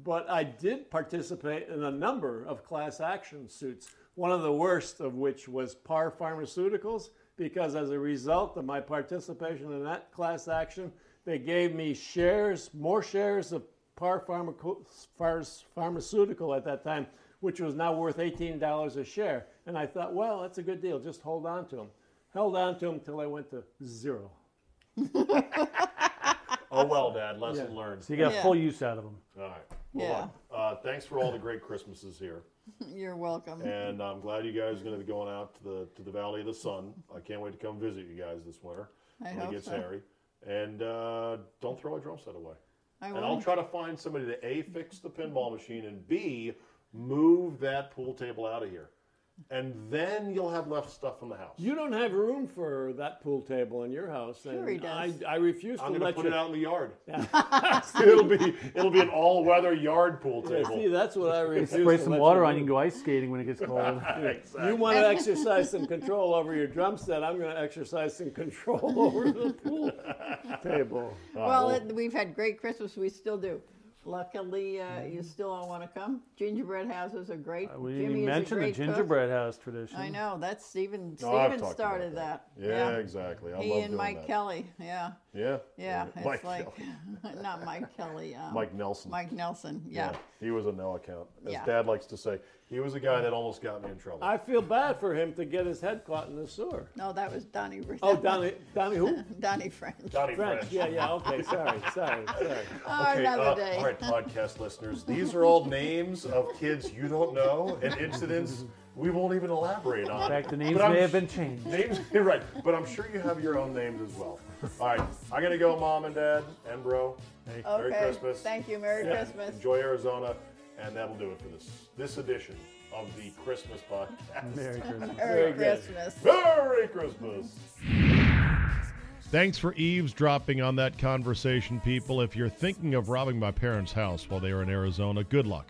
Speaker 5: but I did participate in a number of class action suits. One of the worst of which was Par Pharmaceuticals, because as a result of my participation in that class action, they gave me shares, more shares of Par Pharmaco- Phars- Pharmaceutical at that time, which was now worth $18 a share. And I thought, well, that's a good deal. Just hold on to them. Held on to them until I went to zero.
Speaker 1: Oh well, Dad. Lesson learned.
Speaker 2: So you got
Speaker 3: Yeah.
Speaker 2: full use out of them.
Speaker 1: All right.
Speaker 3: yeah,
Speaker 1: Uh, thanks for all the great Christmases here,
Speaker 3: you're welcome.
Speaker 1: and I'm glad you guys are going to be going out to the to the Valley of the Sun. I can't wait to come visit you guys this winter when
Speaker 3: hope
Speaker 1: it gets
Speaker 3: so.
Speaker 1: hairy. And uh, don't throw a drum set away.
Speaker 3: I
Speaker 1: And I'll
Speaker 3: will.
Speaker 1: try to find somebody to a fix the pinball machine and b move that pool table out of here.
Speaker 8: and then you'll have left stuff in the house.
Speaker 5: You don't have room for that pool table in your house. and
Speaker 3: he does.
Speaker 5: I, I refuse
Speaker 8: I'm
Speaker 5: to
Speaker 8: gonna
Speaker 5: let
Speaker 8: put
Speaker 5: you.
Speaker 8: it out in the yard. it'll be it'll be an all-weather yard pool
Speaker 5: See,
Speaker 8: table.
Speaker 5: that's what I refuse.
Speaker 2: Spray
Speaker 5: to
Speaker 2: some
Speaker 5: let
Speaker 2: water
Speaker 5: you
Speaker 2: on. You
Speaker 5: do.
Speaker 2: can go ice skating when it gets cold.
Speaker 5: You want to exercise some control over your drum set. I'm going to exercise some control over the pool table.
Speaker 3: well, it, we've had great Christmas. We still do. Luckily, uh, you still all want to come. Gingerbread houses are great.
Speaker 2: Uh, we didn't
Speaker 3: Jimmy
Speaker 2: even
Speaker 3: is
Speaker 2: mention
Speaker 3: a
Speaker 2: the
Speaker 3: great cook.
Speaker 2: gingerbread house tradition.
Speaker 3: I know that's Stephen.
Speaker 8: No, I've
Speaker 3: Stephen
Speaker 8: talked
Speaker 3: started that.
Speaker 8: about Yeah, exactly. I
Speaker 3: He
Speaker 8: love
Speaker 3: and
Speaker 8: doing
Speaker 3: Mike
Speaker 8: that.
Speaker 3: Kelly. Yeah.
Speaker 8: Yeah.
Speaker 3: Yeah. It's
Speaker 8: Mike
Speaker 3: like
Speaker 8: Kelly.
Speaker 3: not Mike Kelly. Um,
Speaker 8: Mike Nelson.
Speaker 3: Mike Nelson. Yeah.
Speaker 8: He was a no account. As
Speaker 3: Yeah.
Speaker 8: dad likes to say, he was a guy that almost got me in trouble.
Speaker 5: I feel bad for him to get his head caught in the sewer.
Speaker 3: No, that was Donnie. Ri-
Speaker 5: Oh, Donnie, Donnie who?
Speaker 3: Donnie French.
Speaker 8: Johnny
Speaker 5: French.
Speaker 8: French.
Speaker 5: Yeah, yeah. Okay, sorry, sorry, sorry.
Speaker 3: Oh,
Speaker 8: Okay,
Speaker 3: another
Speaker 8: uh,
Speaker 3: day.
Speaker 8: All right, podcast listeners, these are all names of kids you don't know and incidents we won't even elaborate on.
Speaker 2: In fact, the names
Speaker 8: But I'm
Speaker 2: may have
Speaker 8: sh-
Speaker 2: been changed.
Speaker 8: Names, you're right, but I'm sure you have your own names as well. All right, I'm gonna go, mom and dad and bro. Hey, Merry
Speaker 3: Okay,
Speaker 8: Christmas.
Speaker 3: Thank you. Merry
Speaker 8: Yeah,
Speaker 3: Christmas.
Speaker 8: Enjoy Arizona, and that'll do it for this this edition of the Christmas podcast.
Speaker 2: Merry Christmas.
Speaker 3: Merry Christmas.
Speaker 8: Merry Christmas.
Speaker 1: Thanks for eavesdropping on that conversation, people. If you're thinking of robbing my parents' house while they are in Arizona, good luck.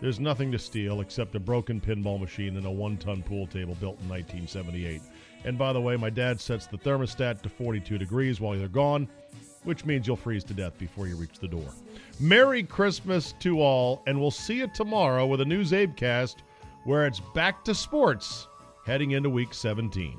Speaker 1: There's nothing to steal except a broken pinball machine and a one ton pool table built in 1978. And by the way, my dad sets the thermostat to 42 degrees while you're gone, which means you'll freeze to death before you reach the door. Merry Christmas to all, and we'll see you tomorrow with a new Zabecast where it's back to sports heading into week 17.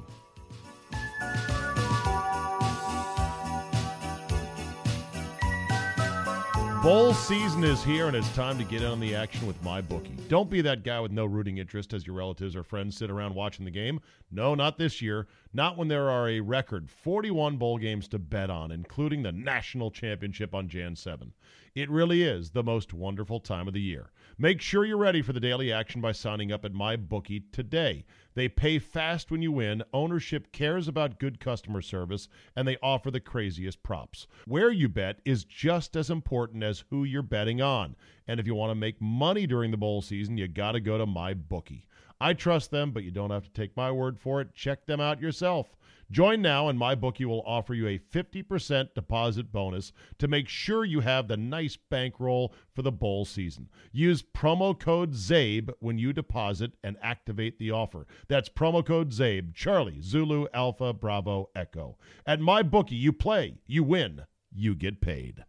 Speaker 1: Bowl season is here, and it's time to get in on the action with my bookie. Don't be that guy with no rooting interest as your relatives or friends sit around watching the game. No, not this year. Not when there are a record 41 bowl games to bet on, including the national championship on Jan 7. It really is the most wonderful time of the year. Make sure you're ready for the daily action by signing up at MyBookie today. They pay fast when you win, ownership cares about good customer service, and they offer the craziest props. Where you bet is just as important as who you're betting on. And if you want to make money during the bowl season, you got to go to MyBookie. I trust them, but you don't have to take my word for it. Check them out yourself. Join now, and MyBookie will offer you a 50% deposit bonus to make sure you have the nice bankroll for the bowl season. Use promo code ZABE when you deposit and activate the offer. That's promo code ZABE, Charlie, Zulu, Alpha, Bravo, Echo. At MyBookie, you play, you win, you get paid.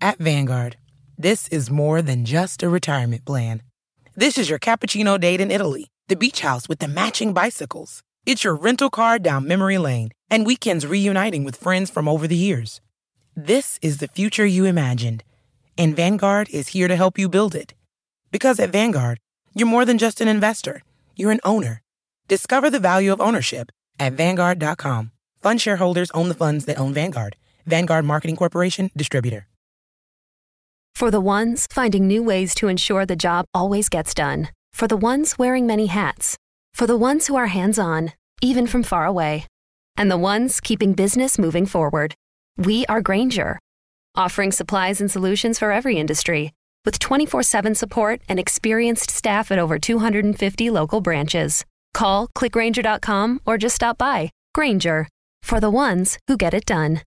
Speaker 9: At Vanguard, this is more than just a retirement plan. This is your cappuccino date in Italy, the beach house with the matching bicycles. It's your rental car down memory lane and weekends reuniting with friends from over the years. This is the future you imagined, and Vanguard is here to help you build it. Because at Vanguard, you're more than just an investor, you're an owner. Discover the value of ownership at Vanguard.com. Fund shareholders own the funds that own Vanguard. Vanguard Marketing Corporation, distributor.
Speaker 10: For the ones finding new ways to ensure the job always gets done. For the ones wearing many hats. For the ones who are hands on, even from far away. And the ones keeping business moving forward. We are Granger, offering supplies and solutions for every industry with 24 7 support and experienced staff at over 250 local branches. Call clickgranger.com or just stop by. Granger, for the ones who get it done.